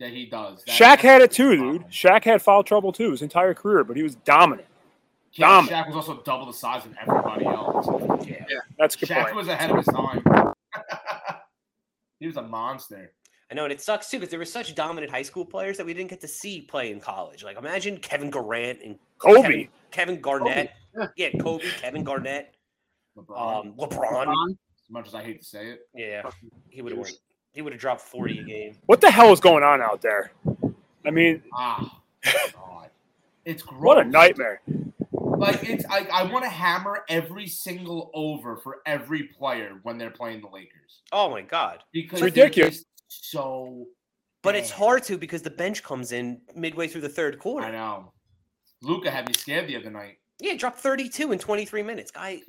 [SPEAKER 1] That he does. That-
[SPEAKER 3] Shaq
[SPEAKER 1] that's
[SPEAKER 3] had it
[SPEAKER 1] the
[SPEAKER 3] too,
[SPEAKER 1] problem.
[SPEAKER 3] dude. Shaq had foul trouble too his entire career, but he was dominant.
[SPEAKER 1] Yeah, Shaq
[SPEAKER 3] dominant.
[SPEAKER 1] was also double the size of everybody else.
[SPEAKER 4] Yeah.
[SPEAKER 3] That's a good
[SPEAKER 1] Shaq
[SPEAKER 3] point.
[SPEAKER 1] was ahead of his time. he was a monster.
[SPEAKER 4] I know, and it sucks too because there were such dominant high school players that we didn't get to see play in college. Like imagine Kevin Garnett and
[SPEAKER 3] Kobe.
[SPEAKER 4] Kevin, Kevin Garnett. Yeah, Kobe, Kevin Garnett,
[SPEAKER 1] LeBron.
[SPEAKER 4] um, LeBron.
[SPEAKER 1] as much as I hate to say it,
[SPEAKER 4] Yeah, he would have
[SPEAKER 2] Yes.
[SPEAKER 4] He would have dropped 40 a game.
[SPEAKER 3] What the hell is going on out there? I mean,
[SPEAKER 1] ah, God. it's gross.
[SPEAKER 3] what a nightmare.
[SPEAKER 1] Like it's I, I want to hammer every single over for every player when they're playing the Lakers
[SPEAKER 4] Oh my god.
[SPEAKER 1] because
[SPEAKER 3] It's
[SPEAKER 1] they're
[SPEAKER 3] ridiculous.
[SPEAKER 1] just So
[SPEAKER 4] But it's
[SPEAKER 1] Yeah.
[SPEAKER 4] hard to because the bench comes in midway through the third quarter.
[SPEAKER 1] I know. Luca had me scared the other night.
[SPEAKER 4] Yeah, dropped 32 in 23 minutes. Guy,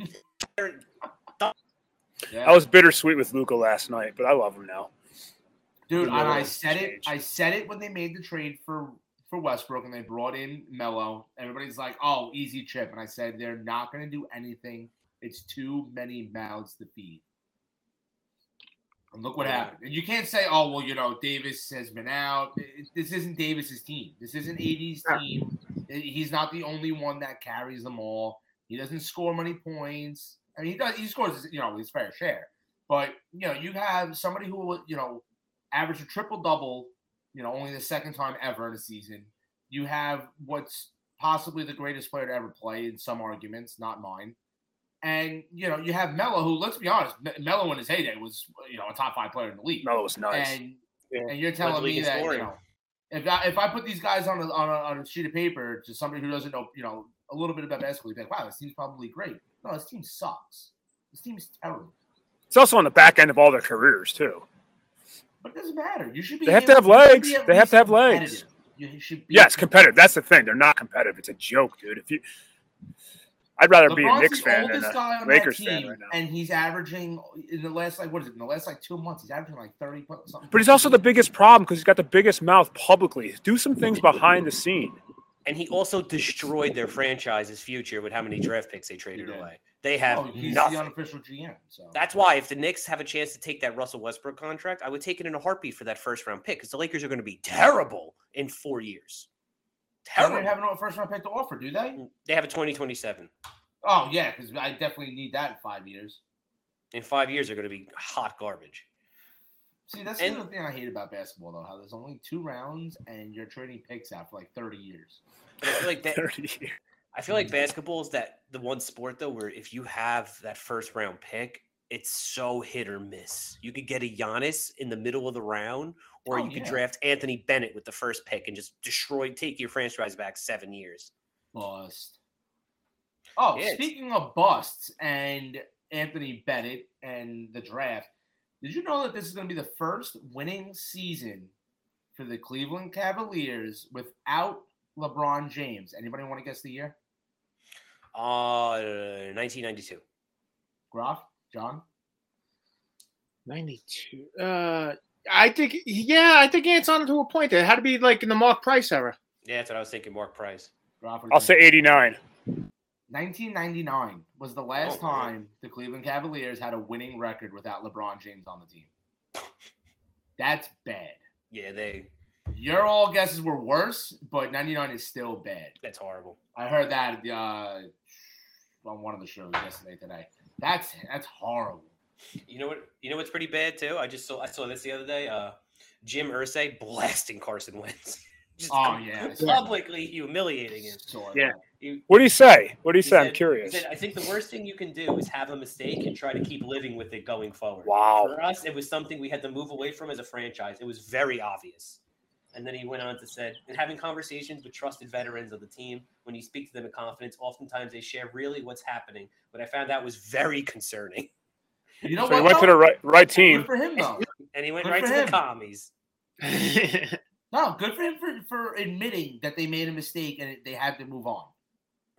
[SPEAKER 1] Yeah.
[SPEAKER 3] I was bittersweet with Luca last night, but I love him now.
[SPEAKER 1] Dude,
[SPEAKER 3] You
[SPEAKER 1] and
[SPEAKER 3] know,
[SPEAKER 1] I
[SPEAKER 3] it's
[SPEAKER 1] said it.
[SPEAKER 3] changed.
[SPEAKER 1] I said it when they made the trade for for Westbrook and they brought in Melo. Everybody's like, "Oh, easy chip," and I said they're not going to do anything. It's too many mouths to feed. And look what happened. And you can't say, "Oh, well, you know, Davis has been out." It- it- This isn't Davis's team. This isn't AD's
[SPEAKER 2] Yeah.
[SPEAKER 1] team. It- He's not the only one that carries them all. He doesn't score many points. I mean, he does. He scores, you know, his fair share. But you know, you have somebody who will, you know, average a triple double, you know, only the second time ever in a season. You have what's possibly the greatest player to ever play in some arguments, not mine. And you know, you have Melo, who let's be honest, M- Melo in his heyday was, you know, a top five player in the league.
[SPEAKER 3] Melo was nice.
[SPEAKER 1] And
[SPEAKER 2] Yeah.
[SPEAKER 1] and you're
[SPEAKER 4] Led the
[SPEAKER 1] telling
[SPEAKER 4] league
[SPEAKER 1] me
[SPEAKER 4] in
[SPEAKER 1] that you
[SPEAKER 4] scoring.
[SPEAKER 1] know, if I if I put these guys on a, on a on a sheet of paper to somebody who doesn't know you know a little bit about basketball, you'd be like, wow, this team's probably great. No, this team sucks. This team is terrible.
[SPEAKER 3] It's also on the back end of all their careers too.
[SPEAKER 1] But it doesn't matter. You should be.
[SPEAKER 3] They have to
[SPEAKER 1] able-
[SPEAKER 3] have
[SPEAKER 1] you should
[SPEAKER 3] legs.
[SPEAKER 1] be at
[SPEAKER 3] They have to
[SPEAKER 1] least
[SPEAKER 3] have legs.
[SPEAKER 1] competitive. You should be.
[SPEAKER 3] Yes, competitive. That's the thing. They're not competitive. It's a joke, dude. If you, I'd rather be a
[SPEAKER 1] LeBron's
[SPEAKER 3] Knicks
[SPEAKER 1] the
[SPEAKER 3] fan than
[SPEAKER 1] oldest
[SPEAKER 3] a,
[SPEAKER 1] guy on that
[SPEAKER 3] Lakers fan right now.
[SPEAKER 1] and he's averaging in the last like what is it? In the last like two months, he's averaging like thirty point something.
[SPEAKER 3] but he's also the biggest problem because he's got the biggest mouth publicly. Do some things behind the scene.
[SPEAKER 4] and he also destroyed their franchise's future with how many draft picks they traded
[SPEAKER 1] did.
[SPEAKER 4] away. They have
[SPEAKER 1] Oh, he's
[SPEAKER 4] nothing.
[SPEAKER 1] the unofficial GM. So
[SPEAKER 4] That's why if the Knicks have a chance to take that Russell Westbrook contract, I would take it in a heartbeat for that first round pick because the Lakers are going to be terrible in four years.
[SPEAKER 1] they don't even
[SPEAKER 4] Terrible.
[SPEAKER 1] have a first round pick to offer, do they?
[SPEAKER 4] They have a 2027.
[SPEAKER 1] Oh yeah, because I definitely need that in five years.
[SPEAKER 4] In five years, they're going to be hot garbage.
[SPEAKER 1] See, that's
[SPEAKER 4] And-
[SPEAKER 1] the other thing I hate about basketball though, how there's only two rounds and you're trading picks out for like thirty years.
[SPEAKER 4] But I feel like that.
[SPEAKER 3] 30 years.
[SPEAKER 4] I feel like basketball is that the one sport though where if you have that first round pick, it's so hit or miss. You could get a Giannis in the middle of the round, or
[SPEAKER 1] Oh,
[SPEAKER 4] you could
[SPEAKER 1] yeah.
[SPEAKER 4] draft Anthony Bennett with the first pick and just destroy, take your franchise back seven years.
[SPEAKER 1] Bust. Oh,
[SPEAKER 4] Yeah, it's-
[SPEAKER 1] speaking of busts and Anthony Bennett and the draft, did you know that this is going to be the first winning season for the Cleveland Cavaliers without LeBron James? Anybody want to guess the year?
[SPEAKER 4] Uh, 1992.
[SPEAKER 1] Groff, John,
[SPEAKER 2] 92. Uh, I think, yeah, I think Ant's on to a point there. It had to be like in the Mark Price era.
[SPEAKER 4] Yeah, that's what I was thinking. Mark Price.
[SPEAKER 1] Groff. what do you
[SPEAKER 3] I'll
[SPEAKER 1] think?
[SPEAKER 3] say 89.
[SPEAKER 1] 1999 was the last
[SPEAKER 4] Oh, wow.
[SPEAKER 1] time the Cleveland Cavaliers had a winning record without LeBron James on the team. That's bad.
[SPEAKER 4] Yeah, they.
[SPEAKER 1] Your all guesses were worse, but 99 is still bad.
[SPEAKER 4] That's horrible.
[SPEAKER 1] I heard that at the, uh, on one of the shows yesterday today. That's that's horrible.
[SPEAKER 4] You know what? You know what's pretty bad too. I just saw. I saw this the other day. Uh, Jim Ursay blasting Carson Wentz. just
[SPEAKER 1] Oh yeah, I saw that.
[SPEAKER 4] publicly humiliating him.
[SPEAKER 1] Saw
[SPEAKER 2] Yeah.
[SPEAKER 1] that.
[SPEAKER 4] You-
[SPEAKER 3] What do you say? What do you
[SPEAKER 4] He
[SPEAKER 3] say? I'm
[SPEAKER 4] said-
[SPEAKER 3] curious.
[SPEAKER 4] he said, uh, I think the worst thing you can do is have a mistake and try to keep living with it going forward.
[SPEAKER 3] wow.
[SPEAKER 4] For us, it was something we had to move away from as a franchise. It was very obvious. And then he went on to said, in having conversations with trusted veterans of the team, when you speak to them in confidence, oftentimes they share really what's happening. What I found out was very concerning.
[SPEAKER 1] You know
[SPEAKER 3] So he
[SPEAKER 1] what?
[SPEAKER 3] went to the
[SPEAKER 1] though?
[SPEAKER 3] right right
[SPEAKER 1] Good
[SPEAKER 3] team.
[SPEAKER 1] for him though.
[SPEAKER 4] And he went
[SPEAKER 1] Good
[SPEAKER 4] right
[SPEAKER 1] for
[SPEAKER 4] to
[SPEAKER 1] him.
[SPEAKER 4] the commies.
[SPEAKER 1] No, good for him for, for admitting that they made a mistake and they had to move on.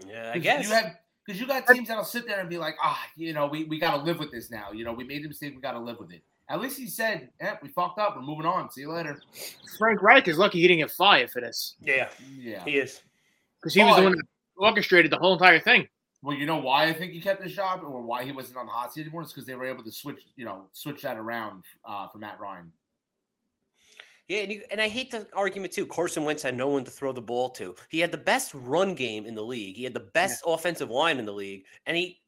[SPEAKER 4] Yeah, I
[SPEAKER 1] 'Cause
[SPEAKER 4] guess.
[SPEAKER 1] you have because you got teams that'll sit there and be like, ah, you know, we, we got to live with this now. You know, we made the mistake, we got to live with it. At least he said, eh, we fucked up, we're moving on. See you later.
[SPEAKER 2] Frank Reich is lucky he didn't get fired for this
[SPEAKER 4] yeah,
[SPEAKER 1] Yeah.
[SPEAKER 4] he is.
[SPEAKER 2] because he was the
[SPEAKER 1] Oh,
[SPEAKER 2] one that orchestrated the whole entire thing.
[SPEAKER 1] Well, you know why I think he kept his job, or why he wasn't on the hot seat anymore, is because they were able to switch, you know, switch that around uh, for Matt Ryan.
[SPEAKER 4] Yeah, and, you, and I hate the argument too. Carson Wentz had no one to throw the ball to. He had the best run game in the league. He had the best offensive line in the league, and he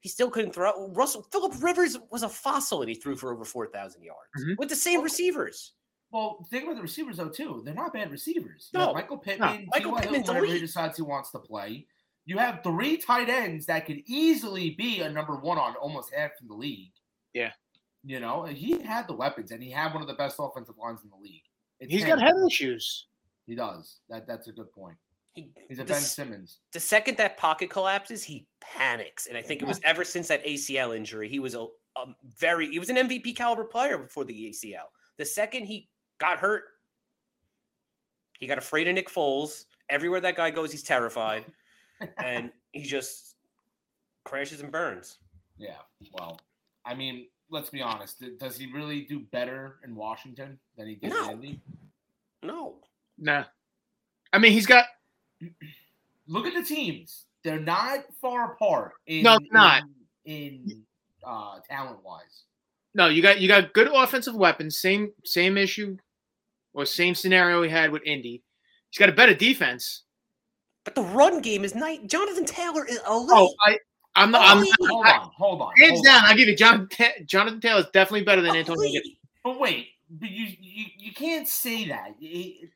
[SPEAKER 4] he still couldn't throw. Russell Philip Rivers was a fossil, and he threw for over four thousand yards
[SPEAKER 1] Mm-hmm.
[SPEAKER 2] Mhm.
[SPEAKER 4] with the same receivers.
[SPEAKER 1] Well, think about the receivers though too. They're not bad receivers. You have
[SPEAKER 4] No.
[SPEAKER 1] Michael Pittman,
[SPEAKER 4] Michael
[SPEAKER 1] T.Y. Hilton,
[SPEAKER 4] Pittman's
[SPEAKER 1] whenever he
[SPEAKER 4] elite.
[SPEAKER 1] decides he wants to play. You have three tight ends that could easily be a number one on almost half of the league.
[SPEAKER 2] Yeah.
[SPEAKER 1] You know, and he had the weapons and he had one of the best offensive lines in the league. It's
[SPEAKER 2] He's
[SPEAKER 1] him.
[SPEAKER 2] got head issues.
[SPEAKER 1] he does. That that's a good point.
[SPEAKER 4] He,
[SPEAKER 1] He's a
[SPEAKER 4] the
[SPEAKER 1] Ben
[SPEAKER 4] s-
[SPEAKER 1] Simmons.
[SPEAKER 4] the second that pocket collapses, he panics, and I think it was ever since that ACL injury, he was a, a very he was an MVP caliber player before the ACL. The second he got hurt, he got afraid of Nick Foles. Everywhere that guy goes, he's terrified, and he just crashes and burns.
[SPEAKER 1] Yeah. Well, I mean, let's be honest. d- Does he really do better in Washington than he did
[SPEAKER 4] No.
[SPEAKER 1] in Indy?
[SPEAKER 4] No,
[SPEAKER 2] Nah. I mean, he's got
[SPEAKER 1] Look at the teams. They're not far apart. In,
[SPEAKER 2] No, they're not.
[SPEAKER 1] in, in uh, talent wise.
[SPEAKER 2] no. You got you got good offensive weapons. Same same issue, or same scenario we had with Indy. He's got a better defense.
[SPEAKER 4] but the run game is night. Jonathan Taylor is elite.
[SPEAKER 2] Oh, I I'm not. I'm
[SPEAKER 4] Elite.
[SPEAKER 1] Hold on, hold on.
[SPEAKER 2] hands
[SPEAKER 1] hold
[SPEAKER 2] down. I give you John, Jonathan Taylor is definitely better
[SPEAKER 1] Oh,
[SPEAKER 2] than Antonio. Gibson.
[SPEAKER 4] Elite.
[SPEAKER 1] But wait, but you you, you can't say that. He,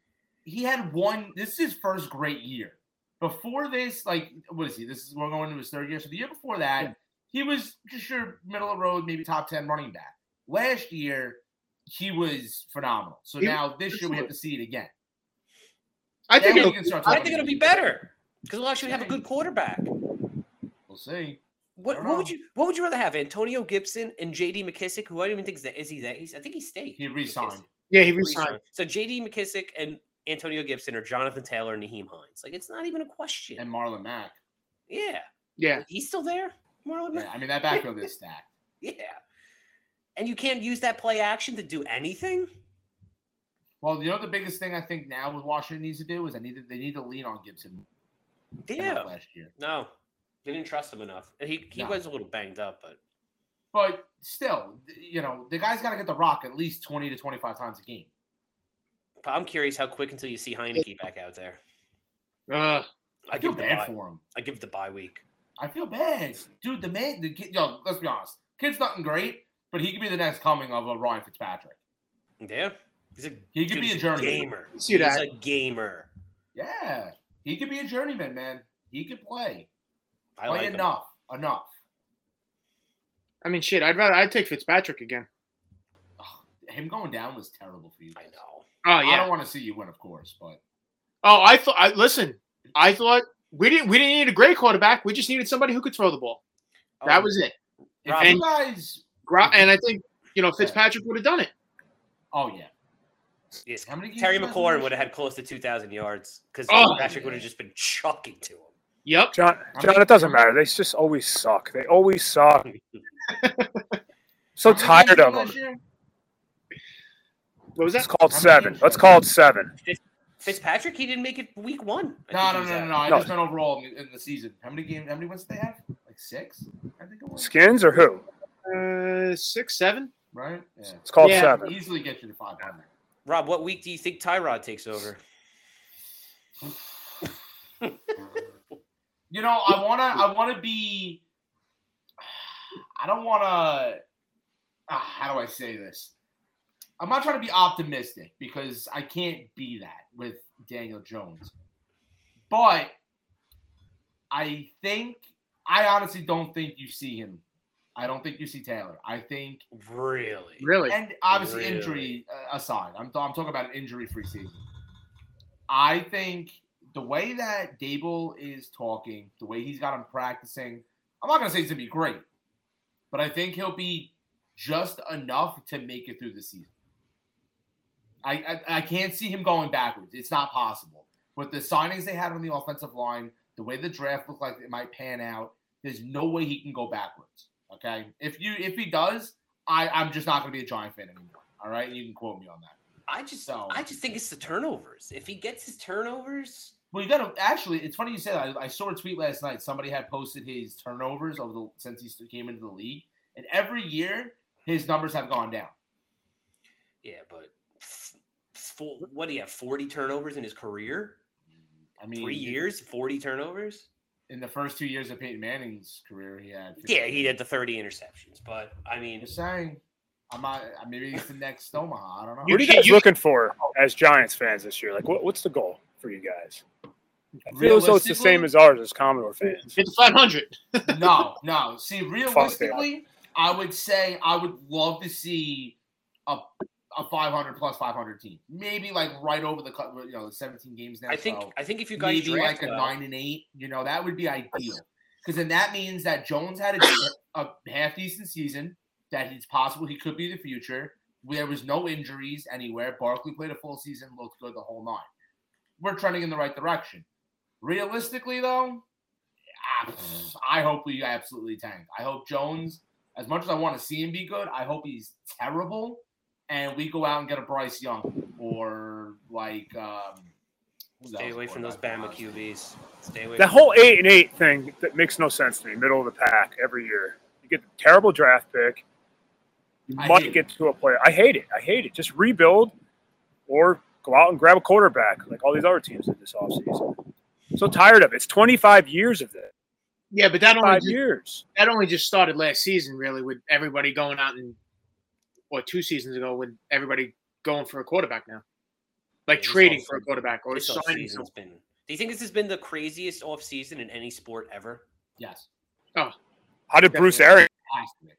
[SPEAKER 1] he had one. This is his first great year. Before this, like what is he? This is we're going to his third year. So the year before that,
[SPEAKER 2] Yeah.
[SPEAKER 1] he was just your middle of the road, maybe top ten running back. Last year, he was phenomenal. So
[SPEAKER 2] He-
[SPEAKER 1] now this year we have to see it again.
[SPEAKER 2] I think
[SPEAKER 1] Then
[SPEAKER 2] it'll
[SPEAKER 1] we can start
[SPEAKER 4] I
[SPEAKER 1] talking
[SPEAKER 4] think it'll
[SPEAKER 1] about
[SPEAKER 4] be
[SPEAKER 1] it.
[SPEAKER 4] better because we'll actually have a good quarterback.
[SPEAKER 1] We'll see.
[SPEAKER 4] What,
[SPEAKER 1] don't
[SPEAKER 4] what would
[SPEAKER 1] know.
[SPEAKER 4] you What would you rather have? Antonio Gibson and J.D. McKissick, who I don't even think is that is he that he's I think he stayed.
[SPEAKER 1] He re-signed.
[SPEAKER 4] McKissick.
[SPEAKER 2] Yeah, he resigned.
[SPEAKER 4] So J.D. McKissick and Antonio Gibson or Jonathan Taylor and Naheem Hines. Like it's not even a question.
[SPEAKER 1] And Marlon Mack.
[SPEAKER 4] yeah,
[SPEAKER 2] Yeah.
[SPEAKER 4] he's still there. Marlon.
[SPEAKER 1] Yeah,
[SPEAKER 4] Mack?
[SPEAKER 1] I mean that backfield is stacked.
[SPEAKER 4] Yeah. And you can't use that play action to do anything.
[SPEAKER 1] Well, you know the biggest thing I think now with Washington needs to do is I need to, they need to lean on Gibson. than
[SPEAKER 4] Yeah.
[SPEAKER 1] Last year.
[SPEAKER 4] No, they didn't trust him enough. And He he
[SPEAKER 1] No.
[SPEAKER 4] was a little banged up, but
[SPEAKER 1] But still, th- you know, the guy's got to get the rock at least 20 to 25 times a game.
[SPEAKER 4] but I'm curious how quick until you see Heineke back out there.
[SPEAKER 2] Uh,
[SPEAKER 1] I
[SPEAKER 4] I
[SPEAKER 1] feel
[SPEAKER 4] give the
[SPEAKER 1] bad
[SPEAKER 4] bye.
[SPEAKER 1] for him.
[SPEAKER 4] I give the bye week.
[SPEAKER 1] I feel bad. Dude, the man, the kid, yo, let's be honest. Kid's nothing great, but he could be the next coming of a Ryan Fitzpatrick.
[SPEAKER 4] Yeah, he's a
[SPEAKER 1] He could
[SPEAKER 4] dude,
[SPEAKER 1] be
[SPEAKER 4] he's
[SPEAKER 1] a journeyman.
[SPEAKER 4] gamer.
[SPEAKER 2] see
[SPEAKER 4] he's
[SPEAKER 2] that.
[SPEAKER 4] a gamer.
[SPEAKER 1] Yeah. He could be a journeyman, man. He could play.
[SPEAKER 4] I
[SPEAKER 1] Play
[SPEAKER 4] like him.
[SPEAKER 1] enough. Enough.
[SPEAKER 2] I mean, shit. I'd rather I'd take Fitzpatrick again.
[SPEAKER 1] Him going down was terrible for you.
[SPEAKER 4] I
[SPEAKER 1] guys.
[SPEAKER 4] know.
[SPEAKER 2] Oh
[SPEAKER 1] I
[SPEAKER 2] yeah.
[SPEAKER 1] don't want to see you win, of course, but
[SPEAKER 2] Oh, I thought. I, listen, I thought we didn't we didn't need a great quarterback. We just needed somebody who could throw the ball. That
[SPEAKER 4] Oh,
[SPEAKER 2] was it.
[SPEAKER 1] if
[SPEAKER 4] Rob-
[SPEAKER 1] you guys,
[SPEAKER 2] Gra-
[SPEAKER 1] Mm-hmm.
[SPEAKER 2] and I think you know Fitzpatrick would have done it.
[SPEAKER 1] oh yeah,
[SPEAKER 4] yes.
[SPEAKER 1] how many games
[SPEAKER 4] Terry
[SPEAKER 1] you guys
[SPEAKER 4] McLaurin
[SPEAKER 1] lose?
[SPEAKER 4] would have had close to two thousand yards because
[SPEAKER 2] Oh.
[SPEAKER 4] Patrick would have just been chucking to him.
[SPEAKER 2] Yep.
[SPEAKER 3] John, John, it doesn't matter. They just always suck. They always suck. So
[SPEAKER 1] How many games
[SPEAKER 3] tired
[SPEAKER 1] you lose
[SPEAKER 3] of them.
[SPEAKER 1] this year?
[SPEAKER 2] What was
[SPEAKER 3] Let's
[SPEAKER 2] that?
[SPEAKER 3] call it
[SPEAKER 1] How many
[SPEAKER 3] seven.
[SPEAKER 1] games
[SPEAKER 3] Let's
[SPEAKER 1] you
[SPEAKER 3] call it
[SPEAKER 1] lose?
[SPEAKER 3] seven.
[SPEAKER 4] Fitzpatrick, he didn't make it week one. I
[SPEAKER 1] No,
[SPEAKER 4] think
[SPEAKER 1] no,
[SPEAKER 4] he was
[SPEAKER 1] no, no,
[SPEAKER 4] out.
[SPEAKER 1] no. I
[SPEAKER 3] No.
[SPEAKER 1] just meant overall in, in the season. How many games? How many wins did they have? Like six, I think it was.
[SPEAKER 3] Skins or who?
[SPEAKER 2] Uh, six, seven.
[SPEAKER 1] Right? Yeah.
[SPEAKER 3] Let's call
[SPEAKER 2] Yeah.
[SPEAKER 3] it seven.
[SPEAKER 1] Easily get you to five hundred.
[SPEAKER 4] Rob, what week do you think Tyrod takes over?
[SPEAKER 1] You know, I wanna, I wanna be. I don't wanna. ah, how do I say this? I'm not trying to be optimistic because I can't be that with Daniel Jones, but I think I honestly don't think you see him. I don't think you see Taylor. I think
[SPEAKER 4] Really?
[SPEAKER 2] Really?
[SPEAKER 1] and obviously
[SPEAKER 4] Really?
[SPEAKER 1] injury uh, aside, I'm, I'm talking about an injury-free season. I think the way that Dable is talking, the way he's got him practicing, I'm not going to say he's going to be great, but I think he'll be just enough to make it through the season. I, I, I can't see him going backwards. It's not possible. With the signings they had on the offensive line, the way the draft looked like it might pan out, there's no way he can go backwards. Okay, if you if he does, I, I'm just not going to be a Giant fan anymore. All right, you can quote me on that.
[SPEAKER 4] I just,
[SPEAKER 1] So-
[SPEAKER 4] I just think it's the turnovers. If he gets his turnovers,
[SPEAKER 1] Well, you got to actually. It's funny you say that. I, I saw a tweet last night. Somebody had posted his turnovers over the since he st- came into the league, and every year his numbers have gone down.
[SPEAKER 4] yeah, but f- full, what do you have? Forty turnovers in his career?
[SPEAKER 1] I mean,
[SPEAKER 4] Three years, forty turnovers.
[SPEAKER 1] in the first two years of Peyton Manning's career, he had.
[SPEAKER 4] Yeah, he had the thirty interceptions, but I mean,
[SPEAKER 1] Just saying, I'm not. Maybe it's the next Omaha. I don't know.
[SPEAKER 3] What are you
[SPEAKER 2] can't-
[SPEAKER 3] guys
[SPEAKER 2] you-
[SPEAKER 3] looking for as Giants fans this year? Like, what, what's the goal for you guys? I feel as though it's the same as ours as Commodore fans.
[SPEAKER 2] It's five hundred.
[SPEAKER 1] no, no. See, realistically, I would say I would love to see a a 500 plus 500 team. Maybe like right over the cut. You know, 17 games now.
[SPEAKER 4] I think,
[SPEAKER 1] so
[SPEAKER 4] I think if you guys
[SPEAKER 1] maybe like
[SPEAKER 4] draft
[SPEAKER 1] a
[SPEAKER 4] well-
[SPEAKER 1] nine and eight. You know, that would be ideal because then that means that Jones had a, a half decent season. That it's possible he could be the future. There was no injuries anywhere. Barkley played a full season, looked good the whole nine. We're trending in the right direction. Realistically, though, ah, I, I hope we absolutely tank. I hope Jones, as much as I want to see him be good, I hope he's terrible, and we go out and get a Bryce Young or like. Um, who's
[SPEAKER 4] Stay
[SPEAKER 1] else
[SPEAKER 4] away from those Bama
[SPEAKER 1] quarterback?
[SPEAKER 4] QBs. Stay away.
[SPEAKER 3] That
[SPEAKER 4] from
[SPEAKER 3] whole
[SPEAKER 4] them.
[SPEAKER 3] eight and eight thing that makes no sense to me. Middle of the pack every year. You get a terrible draft pick. You
[SPEAKER 1] I hate
[SPEAKER 3] might get to a player. I hate it. I hate it. Just rebuild, or go out and grab a quarterback like all these other teams did this offseason. So tired of it. It's 25 years of this.
[SPEAKER 2] Yeah, but that only
[SPEAKER 3] Five
[SPEAKER 2] just,
[SPEAKER 3] years.
[SPEAKER 2] that only just started last season, really, with everybody going out and or two seasons ago with everybody going for a quarterback now, like
[SPEAKER 4] Yeah, this
[SPEAKER 2] trading
[SPEAKER 4] offseason-
[SPEAKER 2] for a quarterback or
[SPEAKER 4] This
[SPEAKER 2] signing.
[SPEAKER 4] offseason's
[SPEAKER 2] Some,
[SPEAKER 4] been. Do you think this has been the craziest offseason in any sport ever?
[SPEAKER 1] Yes.
[SPEAKER 3] How did Bruce
[SPEAKER 2] Definitely.
[SPEAKER 3] Arians
[SPEAKER 1] has to be.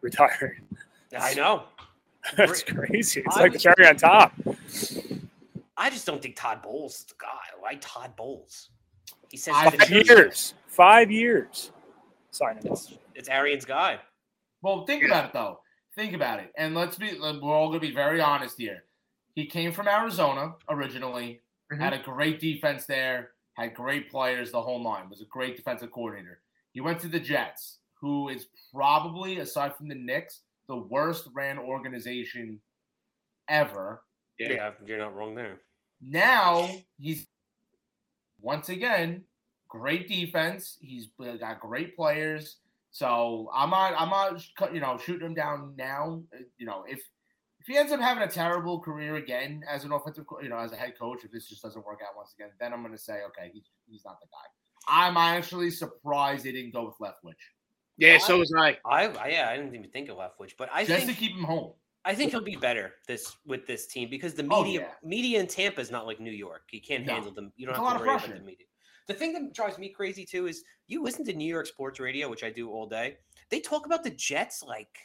[SPEAKER 3] retire?
[SPEAKER 4] I know.
[SPEAKER 3] That's crazy. It's
[SPEAKER 4] I
[SPEAKER 3] like the
[SPEAKER 4] was-
[SPEAKER 3] cherry on top.
[SPEAKER 4] I just don't think Todd Bowles. God, I like Todd Bowles. He says
[SPEAKER 1] I-
[SPEAKER 4] the
[SPEAKER 3] Five
[SPEAKER 4] truth.
[SPEAKER 3] years. Five years. Signing him up.
[SPEAKER 4] It's, it's Arian's guy.
[SPEAKER 1] Well, think about it though. Think about it, and let's be—we're all gonna be very honest here. He came from Arizona originally,
[SPEAKER 2] Mhm.
[SPEAKER 1] had a great defense there, had great players. The whole nine was a great defensive coordinator. He went to the Jets, who is probably, aside from the Knicks, the worst ran organization ever.
[SPEAKER 2] Yeah.
[SPEAKER 4] you're not wrong there.
[SPEAKER 1] Now he's once again great defense. He's got great players. So I'm not, I'm not, cut- you know, shooting him down now. Uh, You know, if if he ends up having a terrible career again as an offensive, co- you know, as a head coach, if this just doesn't work out once again, then I'm going to say, okay, he's he's not the guy. I'm actually surprised they didn't go with Leftwich
[SPEAKER 2] yeah, so was I.
[SPEAKER 4] I, I yeah, I didn't even think of Leftwich, but I
[SPEAKER 1] just to
[SPEAKER 4] think
[SPEAKER 1] keep him home.
[SPEAKER 4] I think he'll be better this with this team because the
[SPEAKER 1] Oh,
[SPEAKER 4] media
[SPEAKER 1] yeah.
[SPEAKER 4] media in Tampa is not like New York. You can't
[SPEAKER 1] No.
[SPEAKER 4] handle them. You don't
[SPEAKER 1] It's a
[SPEAKER 4] have
[SPEAKER 1] lot
[SPEAKER 4] to
[SPEAKER 1] of
[SPEAKER 4] worry about
[SPEAKER 1] pressure.
[SPEAKER 4] the media. The thing that drives me crazy too is you listen to New York sports radio, which I do all day. They talk about the Jets like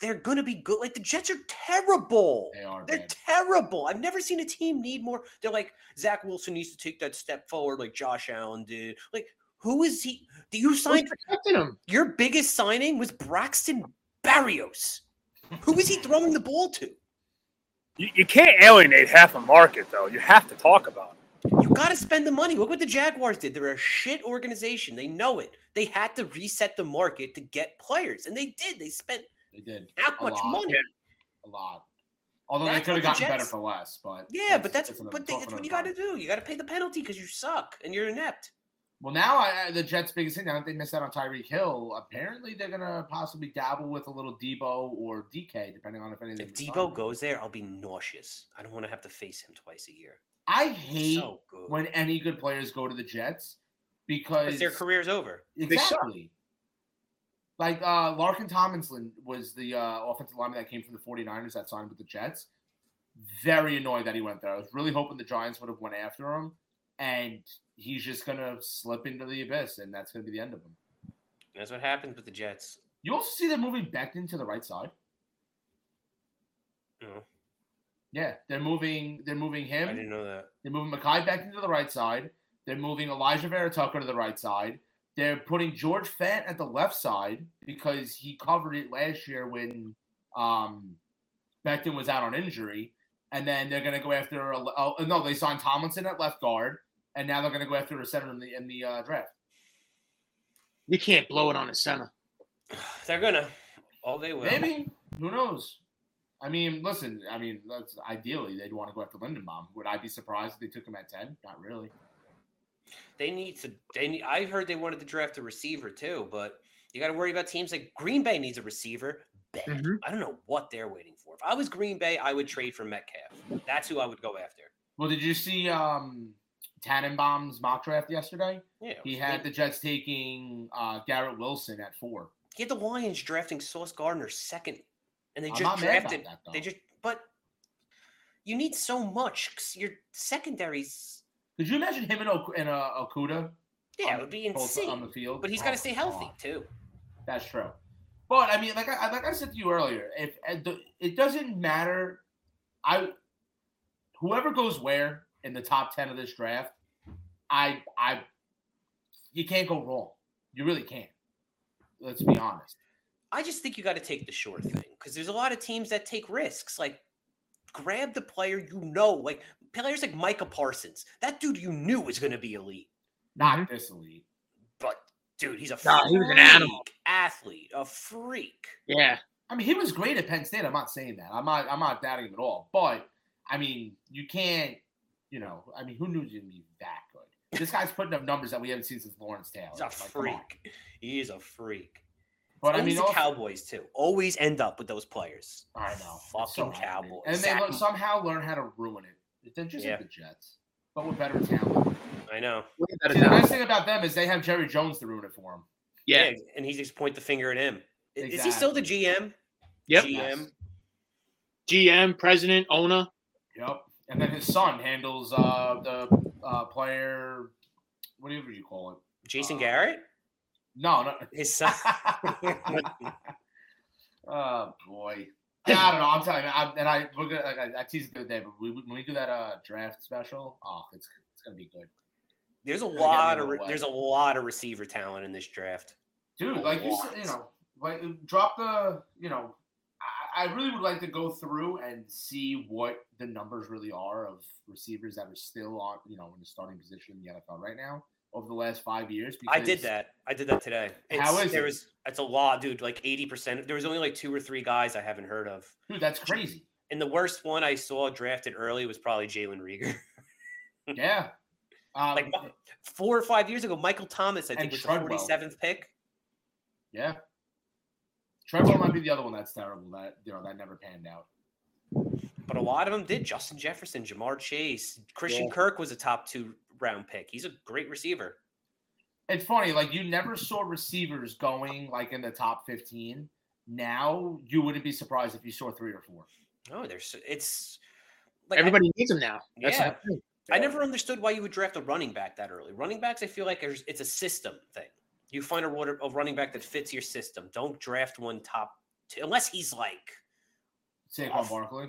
[SPEAKER 4] they're gonna be good. Like the Jets are terrible.
[SPEAKER 1] They are
[SPEAKER 4] They're
[SPEAKER 1] bad.
[SPEAKER 4] terrible. I've never seen a team need more. They're like Zach Wilson needs to take that step forward, like Josh Allen did. Like who is he? Do you
[SPEAKER 2] Who's
[SPEAKER 4] sign
[SPEAKER 2] protecting him?
[SPEAKER 4] your biggest signing was Braxton Barrios. Who is he throwing the ball to?
[SPEAKER 3] You, you can't alienate half a market, though. You have to talk about it.
[SPEAKER 4] You got to spend the money. Look what the Jaguars did. They're a shit organization. They know it. They had to reset the market to get players, and they did. They spent
[SPEAKER 1] They did
[SPEAKER 4] that
[SPEAKER 1] A
[SPEAKER 4] much
[SPEAKER 1] lot.
[SPEAKER 4] money.
[SPEAKER 1] a lot, although they
[SPEAKER 4] That's
[SPEAKER 1] could have
[SPEAKER 4] what the
[SPEAKER 1] gotten better
[SPEAKER 4] Jets-
[SPEAKER 1] for less. But
[SPEAKER 4] Yeah, but that's
[SPEAKER 1] another-
[SPEAKER 4] but they,
[SPEAKER 1] talk
[SPEAKER 4] that's
[SPEAKER 1] for
[SPEAKER 4] what you got
[SPEAKER 1] another
[SPEAKER 4] to
[SPEAKER 1] time.
[SPEAKER 4] do. You got to pay the penalty because you suck and you're inept.
[SPEAKER 1] Well, now I, I- the Jets' biggest thing now that they missed out on Tyreek Hill, apparently they're gonna possibly dabble with a little Debo or DK, depending on if anything.
[SPEAKER 4] If
[SPEAKER 1] is
[SPEAKER 4] Debo
[SPEAKER 1] signed.
[SPEAKER 4] goes there, I'll be nauseous. I don't want to have to face him twice a year.
[SPEAKER 1] I hate
[SPEAKER 4] So good.
[SPEAKER 1] when any good players go to the Jets
[SPEAKER 4] 'Cause
[SPEAKER 1] because
[SPEAKER 4] their career's over.
[SPEAKER 2] suck.
[SPEAKER 1] exactly. Like uh, Larkin Tomlinson was the uh, offensive lineman that came from the 49ers that signed with the Jets. Very annoyed that he went there. I was really hoping the Giants would have went after him, and he's just gonna slip into the abyss, and that's gonna be the end of him.
[SPEAKER 4] That's what happens with the Jets.
[SPEAKER 1] You also see they're moving Becton to the right side.
[SPEAKER 4] No.
[SPEAKER 1] Yeah, they're moving. They're moving
[SPEAKER 4] I
[SPEAKER 1] him.
[SPEAKER 4] didn't know that.
[SPEAKER 1] They're moving Makai Becton to the right side. They're moving Elijah Vera Tucker to the right side. They're putting George Fant at the left side because he covered it last year when um, Becton was out on injury. And then they're going to go after. a le- Oh no, they signed Tomlinson at left guard, and now they're going to go after a center in the in the uh, draft.
[SPEAKER 2] You can't blow it on a center.
[SPEAKER 4] They're gonna. All they will.
[SPEAKER 1] Maybe. Who knows? I mean, listen. I mean, that's ideally they'd want to go after Lindenbaum. Would I be surprised if they took him at ten? Not really.
[SPEAKER 4] They need to. They need, I heard they wanted to draft a receiver too, but you got to worry about teams like Green Bay needs a receiver. Bad.
[SPEAKER 2] Mhm.
[SPEAKER 4] I don't know what they're waiting for. If I was Green Bay, I would trade for Metcalf. That's who I would go after.
[SPEAKER 1] Well, did you see um, Tannenbaum's mock draft yesterday?
[SPEAKER 4] Yeah,
[SPEAKER 1] He had
[SPEAKER 4] the,
[SPEAKER 1] the Jets taking uh, Garrett Wilson at four.
[SPEAKER 4] he had the Lions drafting Sauce Gardner second, and they
[SPEAKER 1] I'm
[SPEAKER 4] just
[SPEAKER 1] not mad about
[SPEAKER 4] drafted.
[SPEAKER 1] that, though.
[SPEAKER 4] they just but you need so much. 'cause Your secondaries,
[SPEAKER 1] Could you imagine him and, Ok- and uh, Okuda?
[SPEAKER 4] yeah,
[SPEAKER 1] on-
[SPEAKER 4] it would be
[SPEAKER 1] both
[SPEAKER 4] insane.
[SPEAKER 1] on the field.
[SPEAKER 4] but he's
[SPEAKER 1] Oh
[SPEAKER 4] got to
[SPEAKER 1] my
[SPEAKER 4] stay healthy
[SPEAKER 1] God.
[SPEAKER 4] too.
[SPEAKER 1] That's true. But I mean, like I like I said to you earlier, if at the- it doesn't matter, I whoever goes where in the top ten of this draft, I I you can't go wrong. You really can't. Let's be honest.
[SPEAKER 4] I just think you got to take the short thing because there's a lot of teams that take risks. Like, grab the player you know, like players like Micah Parsons. That dude you knew was going to be elite.
[SPEAKER 1] Not this elite.
[SPEAKER 4] But dude, he's a
[SPEAKER 2] Nah, he was an animal.
[SPEAKER 4] freak athlete, a freak.
[SPEAKER 2] Yeah.
[SPEAKER 1] I mean, he was great at Penn State. I'm not saying that. I'm not. I'm not doubting him at all. But I mean, you can't. You know, I mean, who knew he would be that good? This guy's putting up numbers that we haven't seen since Lawrence Taylor.
[SPEAKER 4] He's a
[SPEAKER 1] Like, Oh, come on.
[SPEAKER 4] freak. He is a freak.
[SPEAKER 1] But I
[SPEAKER 4] Always
[SPEAKER 1] mean,
[SPEAKER 4] the
[SPEAKER 1] also-
[SPEAKER 4] Cowboys too. Always end up with those players.
[SPEAKER 1] I know. It's
[SPEAKER 4] Fucking
[SPEAKER 1] so happening.
[SPEAKER 4] Cowboys.
[SPEAKER 1] And they
[SPEAKER 4] Sack
[SPEAKER 1] learn-
[SPEAKER 4] 'em.
[SPEAKER 1] somehow learn how to ruin it. They're just
[SPEAKER 4] Yeah.
[SPEAKER 1] like the Jets, but with better talent.
[SPEAKER 4] I know.
[SPEAKER 2] Look at that
[SPEAKER 1] See, the
[SPEAKER 2] analogy.
[SPEAKER 1] nice thing about them is they have Jerry Jones to ruin it for them.
[SPEAKER 2] Yeah.
[SPEAKER 4] and he just point the finger at him. I- Is he still the GM?
[SPEAKER 2] Yep.
[SPEAKER 4] GM.
[SPEAKER 2] GM, president, owner.
[SPEAKER 1] Yep. And then his son handles uh, the uh, player, whatever you call it.
[SPEAKER 4] Jason
[SPEAKER 1] Uh,
[SPEAKER 4] Garrett?
[SPEAKER 1] No, no.
[SPEAKER 4] His son.
[SPEAKER 1] oh boy. Yeah, I don't know. I'm telling you, I, and I we're gonna like, I, I teased it the other day, but we, when we do that uh, draft special, oh, it's it's gonna be good,
[SPEAKER 4] There's a
[SPEAKER 1] gotta get
[SPEAKER 4] lot
[SPEAKER 1] him
[SPEAKER 4] of
[SPEAKER 1] out
[SPEAKER 4] re-
[SPEAKER 1] of the way.
[SPEAKER 4] there's a lot of receiver talent in this draft.
[SPEAKER 1] dude. Like you, said, you know, like drop the, you know, I, I really would like to go through and see what the numbers really are of receivers that are still on, you know, in the starting position in the NFL right now over the last five years.
[SPEAKER 4] I did
[SPEAKER 1] because-
[SPEAKER 4] that. I did that today. It's,
[SPEAKER 1] How is
[SPEAKER 4] there
[SPEAKER 1] it?
[SPEAKER 4] was it's a lot, dude. Like eighty percent. There was only like two or three guys I haven't heard of.
[SPEAKER 1] dude. That's crazy.
[SPEAKER 4] And the worst one I saw drafted early was probably Jalen Rieger.
[SPEAKER 1] Yeah. Um,
[SPEAKER 4] like four or five years ago, Michael Thomas, I
[SPEAKER 1] And
[SPEAKER 4] think, was the
[SPEAKER 1] Treadwell.
[SPEAKER 4] forty seventh pick.
[SPEAKER 1] Yeah. Trevor might be the other one that's terrible. That you know that never panned out.
[SPEAKER 4] But a lot of them did. Justin Jefferson, Jamar Chase, Christian
[SPEAKER 2] Yeah.
[SPEAKER 4] Kirk was a top two round pick. He's a great receiver.
[SPEAKER 1] It's funny, like you never saw receivers going like in the top fifteen. Now you wouldn't be surprised if you saw three or four.
[SPEAKER 4] No, Oh, there's it's like I-
[SPEAKER 2] Everybody needs him now. That's
[SPEAKER 4] Yeah.
[SPEAKER 2] the thing.
[SPEAKER 4] I, never understood why you would draft a running back that early. Running backs, I feel like there's- it's a system thing. You find a, water, a running back that fits your system. Don't draft one top two unless he's like
[SPEAKER 1] Saquon
[SPEAKER 4] Off.
[SPEAKER 1] Barkley.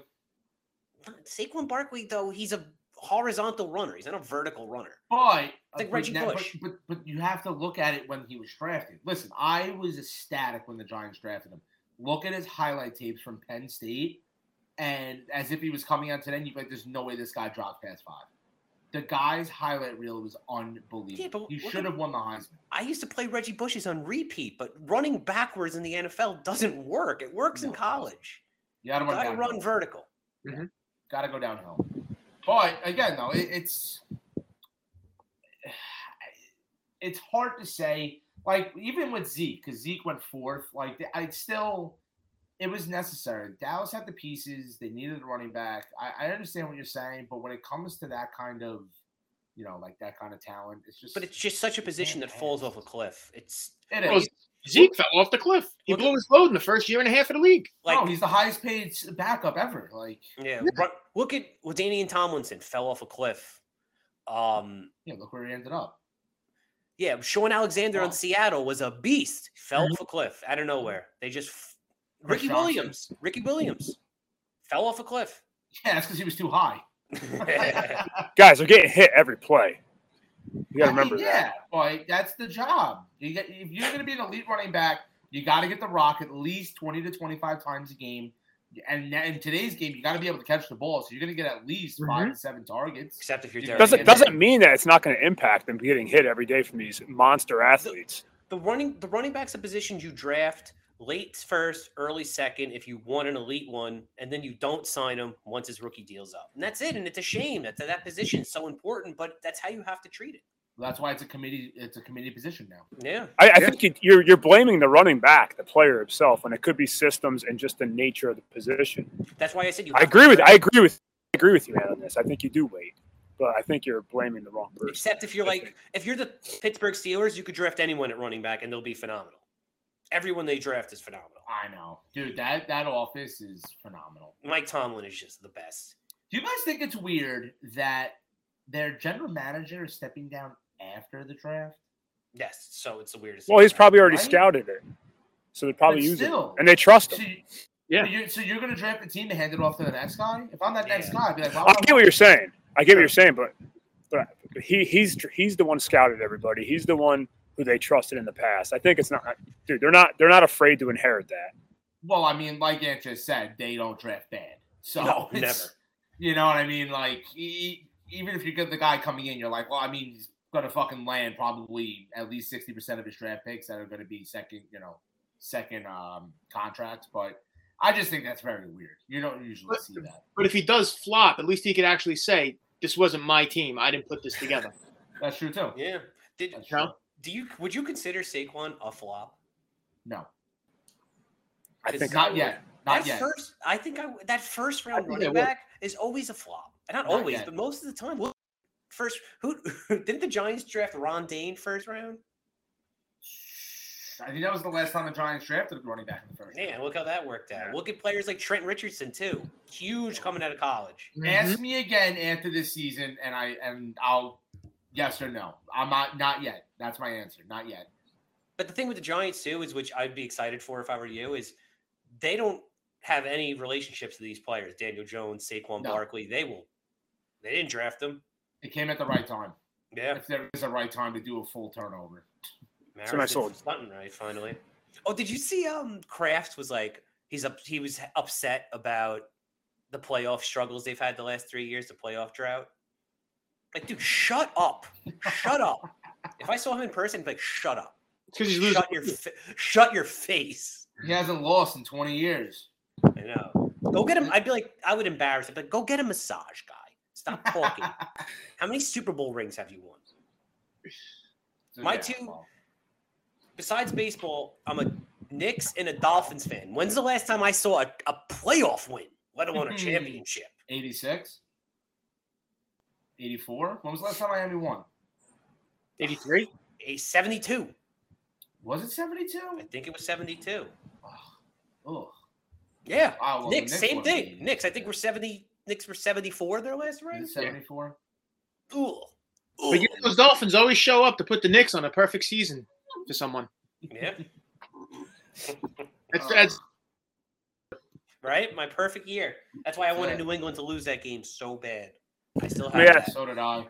[SPEAKER 4] Saquon Barkley. Though he's a horizontal runner. He's not a vertical runner.
[SPEAKER 1] But
[SPEAKER 4] like
[SPEAKER 1] but
[SPEAKER 4] Reggie
[SPEAKER 1] now- but-
[SPEAKER 4] Bush.
[SPEAKER 1] But, but you have to look at it when he was drafted. Listen, I was ecstatic when the Giants drafted him. Look at his highlight tapes from Penn State, and as if he was coming out today, and you'd be like, "There's no way this guy dropped past five. The guy's highlight reel was
[SPEAKER 4] Yeah,
[SPEAKER 1] unbelievable.
[SPEAKER 4] but
[SPEAKER 1] He
[SPEAKER 4] look
[SPEAKER 1] should
[SPEAKER 4] at-
[SPEAKER 1] have won the Heisman.
[SPEAKER 4] I used to play Reggie Bush's on repeat, but running backwards in the NFL doesn't work. It works in
[SPEAKER 1] No.
[SPEAKER 4] college.
[SPEAKER 1] You got to
[SPEAKER 4] You
[SPEAKER 1] run.
[SPEAKER 4] gotta
[SPEAKER 1] downhill.
[SPEAKER 4] run vertical.
[SPEAKER 1] got to go downhill. But again, though, it, it's it's hard to say. Like even with Zeke, because Zeke went fourth. Like I still, it was necessary. Dallas had the pieces. They needed a running back. I, I understand what you're saying, but when it comes to that kind of, you know, like that kind of talent, it's just.
[SPEAKER 4] But it's just such a position that
[SPEAKER 1] Yeah.
[SPEAKER 4] falls off a cliff. It's
[SPEAKER 1] it
[SPEAKER 2] Well,
[SPEAKER 1] is.
[SPEAKER 2] Zeke fell off the cliff. He
[SPEAKER 4] Look at-
[SPEAKER 2] blew his load in the first year and a half of the league.
[SPEAKER 4] like
[SPEAKER 1] no, Oh, he's the highest paid s- backup ever. Like
[SPEAKER 4] yeah. Run, look at well, Danny and Tomlinson fell off a cliff. Um,
[SPEAKER 1] yeah, look where he ended up.
[SPEAKER 4] yeah, Sean Alexander
[SPEAKER 1] Wow.
[SPEAKER 4] on Seattle was a beast. Fell
[SPEAKER 2] Mhm.
[SPEAKER 4] off a cliff out of nowhere. They just f-
[SPEAKER 1] Chris
[SPEAKER 4] Ricky
[SPEAKER 1] Johnson.
[SPEAKER 4] Williams. Ricky Williams fell off a cliff.
[SPEAKER 1] Yeah, that's because he was too high.
[SPEAKER 3] Guys, they're getting hit every play. You got to remember
[SPEAKER 1] yeah,
[SPEAKER 3] that.
[SPEAKER 1] boy, that's the job. You get if you're going to be an elite running back, you got to get the rock at least twenty to twenty-five times a game. And that- in today's game, you got to be able to catch the ball, so you're going to get at least five
[SPEAKER 3] Mm-hmm.
[SPEAKER 1] to seven targets.
[SPEAKER 4] Except if you're
[SPEAKER 1] It
[SPEAKER 4] Derrick
[SPEAKER 1] doesn't-
[SPEAKER 3] Doesn't
[SPEAKER 4] Henry.
[SPEAKER 3] doesn't mean that it's not going to impact them getting hit every day from these monster athletes.
[SPEAKER 4] the running the running backs a position you draft late first, early second if you want an elite one, and then you don't sign him once his rookie deal's up. And that's it. And it's a shame that that position is so important, but that's how you have to treat it.
[SPEAKER 1] That's why it's a committee. It's a committee position now.
[SPEAKER 4] Yeah.
[SPEAKER 3] I, I think you, you're you're blaming the running back, the player himself, when it could be systems and just the nature of the position.
[SPEAKER 4] That's why I said you
[SPEAKER 3] I
[SPEAKER 4] have to
[SPEAKER 3] agree with
[SPEAKER 4] draft-
[SPEAKER 3] I agree with I agree with you man, on this. I think you do wait, but I think you're blaming the wrong person.
[SPEAKER 4] Except if you're
[SPEAKER 3] I
[SPEAKER 4] like
[SPEAKER 3] think.
[SPEAKER 4] if you're the Pittsburgh Steelers, you could draft anyone at running back and they'll be phenomenal. Everyone they draft is phenomenal.
[SPEAKER 1] I know, dude. That that office is phenomenal.
[SPEAKER 4] Mike Tomlin is just the best.
[SPEAKER 1] Do you guys think it's weird that their general manager is stepping down after the draft?
[SPEAKER 4] Yes, so it's the weirdest.
[SPEAKER 3] Well, he's probably already
[SPEAKER 1] Right?
[SPEAKER 3] scouted it, so they're probably
[SPEAKER 1] But
[SPEAKER 3] using
[SPEAKER 1] still.
[SPEAKER 3] it, and they trust
[SPEAKER 1] So,
[SPEAKER 3] him.
[SPEAKER 1] you,
[SPEAKER 2] Yeah.
[SPEAKER 1] You're, so you're going to draft a team and hand it off to the next guy? If I'm that next
[SPEAKER 4] Yeah.
[SPEAKER 1] guy, I'd be like, why
[SPEAKER 3] I
[SPEAKER 1] would I
[SPEAKER 3] get what you're saying. I get what you're saying, but but he he's he's the one who scouted everybody. He's the one who they trusted in the past. I think it's not, dude. They're not they're not afraid to inherit that.
[SPEAKER 1] Well, I mean, like Ant just said, they don't draft bad. So
[SPEAKER 4] No,
[SPEAKER 1] e, it's- You know what I mean? Like, e- even if you get the guy coming in, you're like, well, I mean, he's going to fucking land probably at least sixty percent of his draft picks that are going to be second, you know, second um, contracts. But I just think that's very weird. You don't usually see that.
[SPEAKER 2] But if he does flop, at least he could actually say, "This wasn't my team. I didn't put this together."
[SPEAKER 1] That's true too.
[SPEAKER 4] Yeah. Did
[SPEAKER 1] That's
[SPEAKER 2] No.
[SPEAKER 1] true.
[SPEAKER 4] do you would you consider Saquon a flop?
[SPEAKER 1] No,
[SPEAKER 3] I
[SPEAKER 4] It's
[SPEAKER 3] think
[SPEAKER 1] not yet. Not
[SPEAKER 4] that
[SPEAKER 1] yet.
[SPEAKER 4] first, I think I, that first round
[SPEAKER 2] think I
[SPEAKER 4] running
[SPEAKER 2] would.
[SPEAKER 4] back is always a flop. Not,
[SPEAKER 1] Not
[SPEAKER 4] always,
[SPEAKER 1] yet.
[SPEAKER 4] but most of the time. Look, first, who didn't the Giants draft Ron Dane first round?
[SPEAKER 1] I think that was the last time the Giants drafted a running back in the first. round.
[SPEAKER 4] Man, look how that worked out.
[SPEAKER 3] Yeah.
[SPEAKER 4] Look at players like Trent Richardson too, huge coming out of college.
[SPEAKER 1] Ask me again after this season, and I and I'll yes or no. I'm not not yet. That's my answer. Not yet.
[SPEAKER 4] But the thing with the Giants too is, which I'd be excited for if I were you, is they don't have any relationships to these players. Daniel Jones, Saquon
[SPEAKER 1] No.
[SPEAKER 4] Barkley, they will. They didn't draft them.
[SPEAKER 1] It came at the right time.
[SPEAKER 4] Yeah,
[SPEAKER 1] If there is a right time to do a full turnover,
[SPEAKER 4] Maris
[SPEAKER 3] nice
[SPEAKER 4] did
[SPEAKER 3] old-
[SPEAKER 4] something right finally. Oh, did you see? Um, Kraft was like he's up. He was upset about the playoff struggles they've had the last three years, the playoff drought. Like, dude, shut up! Shut up! If I saw him in person, I'd be like, shut up!
[SPEAKER 2] because he's losing.
[SPEAKER 4] Shut your fa- shut your face!
[SPEAKER 1] he hasn't lost in 20 years.
[SPEAKER 4] I know. Go get him. I'd be like, I would embarrass him, but go get a massage, guy. Stop talking. How many Super Bowl rings have you won?
[SPEAKER 1] So,
[SPEAKER 4] My
[SPEAKER 1] yeah,
[SPEAKER 4] two-
[SPEAKER 1] well,
[SPEAKER 4] Besides baseball, I'm a Knicks and a Dolphins fan. When's the last time I saw a, a playoff win, let alone a
[SPEAKER 1] Hmm.
[SPEAKER 4] championship?
[SPEAKER 1] 86, 84. When was the last time Miami won?
[SPEAKER 2] Eighty-three.
[SPEAKER 4] A 72.
[SPEAKER 1] Was it 72?
[SPEAKER 4] I think it was 72.
[SPEAKER 1] Oh,
[SPEAKER 4] Yeah.
[SPEAKER 1] wow. Oh, Ah, well, the
[SPEAKER 4] Knicks, same
[SPEAKER 1] won
[SPEAKER 4] thing.
[SPEAKER 1] 80.
[SPEAKER 4] Knicks, I think we're 70. Knicks were 74 their last
[SPEAKER 1] Is
[SPEAKER 4] ring.
[SPEAKER 1] it 74.
[SPEAKER 4] Ooh. Ooh.
[SPEAKER 2] But you know, those Dolphins always show up to put the Knicks on a perfect season to someone.
[SPEAKER 4] Yeah.
[SPEAKER 2] That's
[SPEAKER 1] Oh.
[SPEAKER 2] that's
[SPEAKER 4] Right? My perfect year. That's why I wanted
[SPEAKER 1] Yeah.
[SPEAKER 4] New England to lose that game so bad. I still have
[SPEAKER 3] Yes.
[SPEAKER 4] that.
[SPEAKER 1] So did I.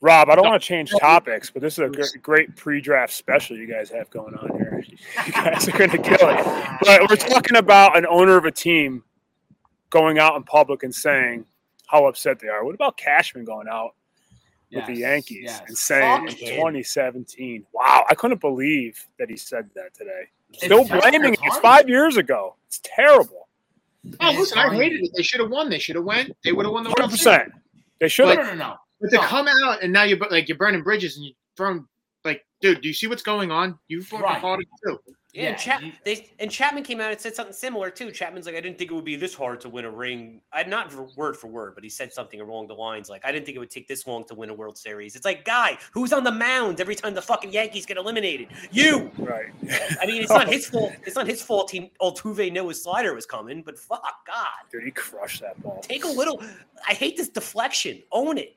[SPEAKER 3] Rob, I don't want to change topics, but this is a gr- great pre-draft special you guys have going on here. You guys are going to kill it. But we're talking about an owner of a team going out in public and saying how upset they are. What about Cashman going out with the
[SPEAKER 1] Yes,
[SPEAKER 3] Yankees
[SPEAKER 1] yes.
[SPEAKER 3] and saying
[SPEAKER 4] Fuck
[SPEAKER 3] it's
[SPEAKER 4] him.
[SPEAKER 3] 2017? Wow, I couldn't believe that he said that today.
[SPEAKER 1] It's
[SPEAKER 3] Still
[SPEAKER 1] terrible
[SPEAKER 3] blaming it. It's
[SPEAKER 1] timing.
[SPEAKER 3] five years ago. It's terrible.
[SPEAKER 2] oh, listen, I hated it. They should have won. They should have went. They would have won the World Series.
[SPEAKER 3] 100%. They should
[SPEAKER 1] No,
[SPEAKER 3] have.
[SPEAKER 1] no, no, no.
[SPEAKER 2] But to
[SPEAKER 1] No.
[SPEAKER 2] come out and now you're bu- like you're burning bridges and you're throwing like, dude, do you see what's going on? You fucking
[SPEAKER 1] Right.
[SPEAKER 2] caught it too.
[SPEAKER 4] Yeah, and,
[SPEAKER 1] Yeah,
[SPEAKER 4] Chap-
[SPEAKER 1] you-
[SPEAKER 4] they, and Chapman came out and said something similar too. Chapman's like, I didn't think it would be this hard to win a ring. I not v- word for word, but he said something along the lines like, I didn't think it would take this long to win a World Series. It's like, guy, who's on the mound every time the fucking Yankees get eliminated? You.
[SPEAKER 3] Right.
[SPEAKER 4] I mean, it's not his fault. It's not his fault. Team Altuve knew his slider was coming, but fuck, God,
[SPEAKER 3] Dude, he crushed that ball.
[SPEAKER 4] take a little. I hate this deflection. Own it.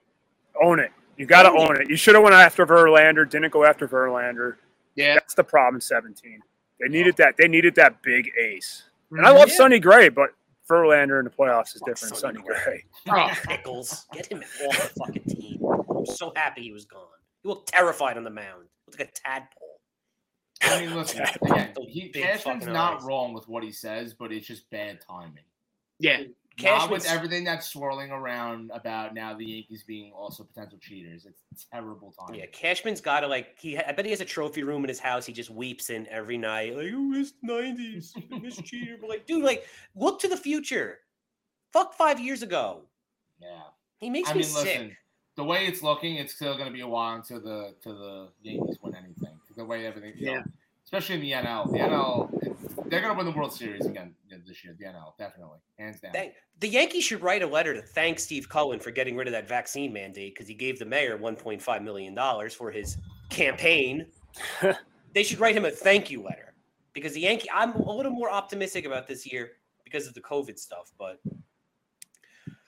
[SPEAKER 3] Own it. You got to own it. You should have went after Verlander. Didn't go after Verlander.
[SPEAKER 2] Yeah.
[SPEAKER 3] That's the problem. in Seventeen. They needed that. They needed that big ace. And
[SPEAKER 1] Mhm.
[SPEAKER 3] I love
[SPEAKER 4] Yeah.
[SPEAKER 3] Sonny Gray, but Verlander in the playoffs is
[SPEAKER 4] Fuck
[SPEAKER 3] different. than
[SPEAKER 4] Sonny
[SPEAKER 3] Sonny Gray.
[SPEAKER 2] Oh,
[SPEAKER 4] Pickles, get him off the fucking team. I'm so happy he was gone. He looked terrified on the mound. Looked like a tadpole.
[SPEAKER 1] I mean, listen, again, he,
[SPEAKER 4] Big
[SPEAKER 1] Cashman's
[SPEAKER 4] fucking
[SPEAKER 1] not
[SPEAKER 4] eyes.
[SPEAKER 1] wrong with what he says, but it's just bad timing.
[SPEAKER 2] yeah.
[SPEAKER 1] not with
[SPEAKER 4] Cashman's-
[SPEAKER 1] everything that's swirling around about now the Yankees being also potential cheaters. It's terrible timing.
[SPEAKER 4] Yeah, Cashman's got to like he. I bet he has a trophy room in his house. He just weeps in every night, like oh, this nineties, this cheater. But like, dude, like look to the future. Fuck five years ago.
[SPEAKER 1] Yeah.
[SPEAKER 4] He makes
[SPEAKER 1] I
[SPEAKER 4] me
[SPEAKER 1] mean,
[SPEAKER 4] sick.
[SPEAKER 1] listen, the way it's looking, it's still going to be a while until the to the Yankees win anything. The way everything, you know,
[SPEAKER 2] Yeah.
[SPEAKER 1] especially in the NL, the NL, it's- they're going to win the World Series again this year. The NL, definitely, hands down.
[SPEAKER 4] Thank- the Yankees should write a letter to thank Steve Cohen for getting rid of that vaccine mandate because he gave the mayor one point five million dollars for his campaign. they should write him a thank you letter because the Yankee. I'm a little more optimistic about this year because of the COVID stuff, but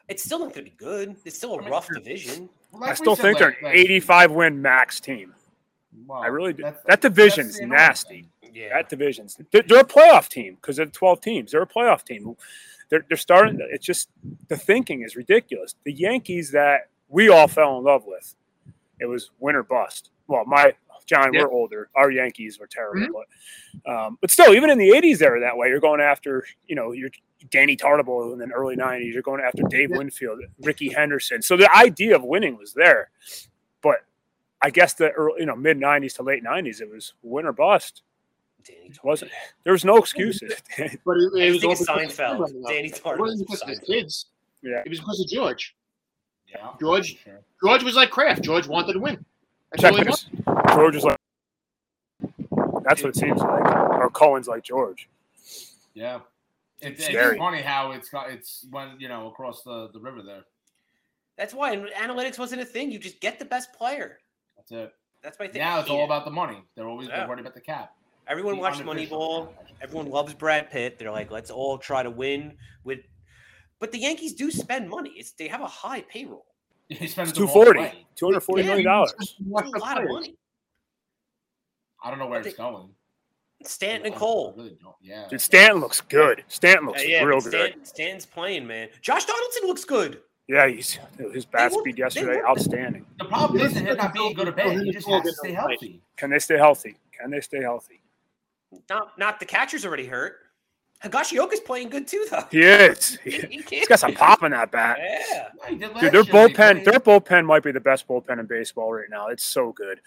[SPEAKER 4] it's still not going to be good. It's still
[SPEAKER 1] I
[SPEAKER 4] a
[SPEAKER 1] mean,
[SPEAKER 4] rough
[SPEAKER 1] sure.
[SPEAKER 4] division.
[SPEAKER 1] Well,
[SPEAKER 3] I
[SPEAKER 1] like we
[SPEAKER 3] still
[SPEAKER 1] said
[SPEAKER 3] think they're
[SPEAKER 1] last-
[SPEAKER 3] an
[SPEAKER 1] last-
[SPEAKER 3] 85 win max team.
[SPEAKER 1] well,
[SPEAKER 3] I really do.
[SPEAKER 1] that's-
[SPEAKER 3] That division's
[SPEAKER 1] that's the annoying
[SPEAKER 3] nasty.
[SPEAKER 1] thing.
[SPEAKER 4] Yeah,
[SPEAKER 3] That division's. They're, they're a playoff team because they're 12 teams. They're a playoff team. They're, they're starting. It's just the thinking is ridiculous. The Yankees that we all fell in love with, it was win or bust. Well, my John,
[SPEAKER 2] Yeah. Mm-hmm.
[SPEAKER 3] we're older. Our Yankees were terrible, but um, but still, even in the 80s, they were that way. You're going after you know your Danny Tartable in the early 90s. You're going after Dave
[SPEAKER 2] Yeah.
[SPEAKER 3] Winfield, Ricky Henderson. So the idea of winning was there, but I guess the early, you know mid '90s to late '90s, it was win or bust.
[SPEAKER 4] Danny
[SPEAKER 3] It wasn't there was no excuses.
[SPEAKER 2] But it, it
[SPEAKER 4] I
[SPEAKER 2] was
[SPEAKER 4] think
[SPEAKER 2] all because
[SPEAKER 4] it's
[SPEAKER 2] of the
[SPEAKER 4] Seinfeld.
[SPEAKER 2] kid running up.
[SPEAKER 4] Danny
[SPEAKER 2] It
[SPEAKER 4] Tartt was
[SPEAKER 2] wasn't because of the
[SPEAKER 4] Seinfeld.
[SPEAKER 2] kids.
[SPEAKER 3] Yeah.
[SPEAKER 2] It was because of George.
[SPEAKER 1] Yeah,
[SPEAKER 2] George?
[SPEAKER 1] sure.
[SPEAKER 2] George was like Kraft. George wanted to win. That's all he
[SPEAKER 3] Checkers. George is like. That's what it seems like. Or Cohen's like George.
[SPEAKER 1] Yeah, it, it's
[SPEAKER 3] Scary.
[SPEAKER 1] funny how it's got it's when you know across the the river there.
[SPEAKER 4] That's why and analytics wasn't a thing. You just get the best player.
[SPEAKER 1] That's it.
[SPEAKER 4] That's my thing. I
[SPEAKER 1] Now it's
[SPEAKER 4] hate
[SPEAKER 1] all
[SPEAKER 4] it.
[SPEAKER 1] about the money. They're always
[SPEAKER 4] Yeah.
[SPEAKER 1] they're worried about the cap.
[SPEAKER 4] everyone
[SPEAKER 1] The
[SPEAKER 4] watched
[SPEAKER 1] unofficial
[SPEAKER 4] Moneyball.
[SPEAKER 1] cap.
[SPEAKER 4] Everyone loves Brad Pitt. They're like, let's all try to win with. But the Yankees do spend money. It's they have a high payroll.
[SPEAKER 1] He spends
[SPEAKER 3] It's
[SPEAKER 1] the ball
[SPEAKER 3] 240
[SPEAKER 1] away.
[SPEAKER 3] 240 million
[SPEAKER 2] was.
[SPEAKER 3] dollars.
[SPEAKER 4] It's a lot of money.
[SPEAKER 1] I don't know where
[SPEAKER 4] But
[SPEAKER 1] it's going.
[SPEAKER 4] Stanton
[SPEAKER 1] I
[SPEAKER 4] and
[SPEAKER 1] really
[SPEAKER 4] Cole.
[SPEAKER 1] don't- Yeah.
[SPEAKER 3] Dude, Stanton looks good. Stanton looks
[SPEAKER 4] Yeah, Uh, yeah,
[SPEAKER 3] real
[SPEAKER 4] but
[SPEAKER 3] good.
[SPEAKER 4] Stan- Stanton's playing, man. Josh Donaldson looks good.
[SPEAKER 3] Yeah, he's his bat
[SPEAKER 4] They won't-
[SPEAKER 3] speed
[SPEAKER 4] they
[SPEAKER 3] yesterday
[SPEAKER 4] won't-
[SPEAKER 3] outstanding.
[SPEAKER 1] The problem isn't him not being good or bad. He just has to
[SPEAKER 2] Get
[SPEAKER 1] stay
[SPEAKER 2] on the plate.
[SPEAKER 1] healthy.
[SPEAKER 3] Can they stay healthy? Can they stay healthy?
[SPEAKER 4] Not not the catcher's already hurt. Hagashioka's playing good too, though.
[SPEAKER 3] He is.
[SPEAKER 4] He-
[SPEAKER 3] He-
[SPEAKER 4] he
[SPEAKER 3] He's
[SPEAKER 4] can't-
[SPEAKER 3] got some pop in that bat.
[SPEAKER 4] Yeah.
[SPEAKER 1] Yeah, he did last
[SPEAKER 3] Dude, their
[SPEAKER 1] year when he
[SPEAKER 3] bullpen,
[SPEAKER 1] played.
[SPEAKER 3] their bullpen might be the best bullpen in baseball right now. It's so good.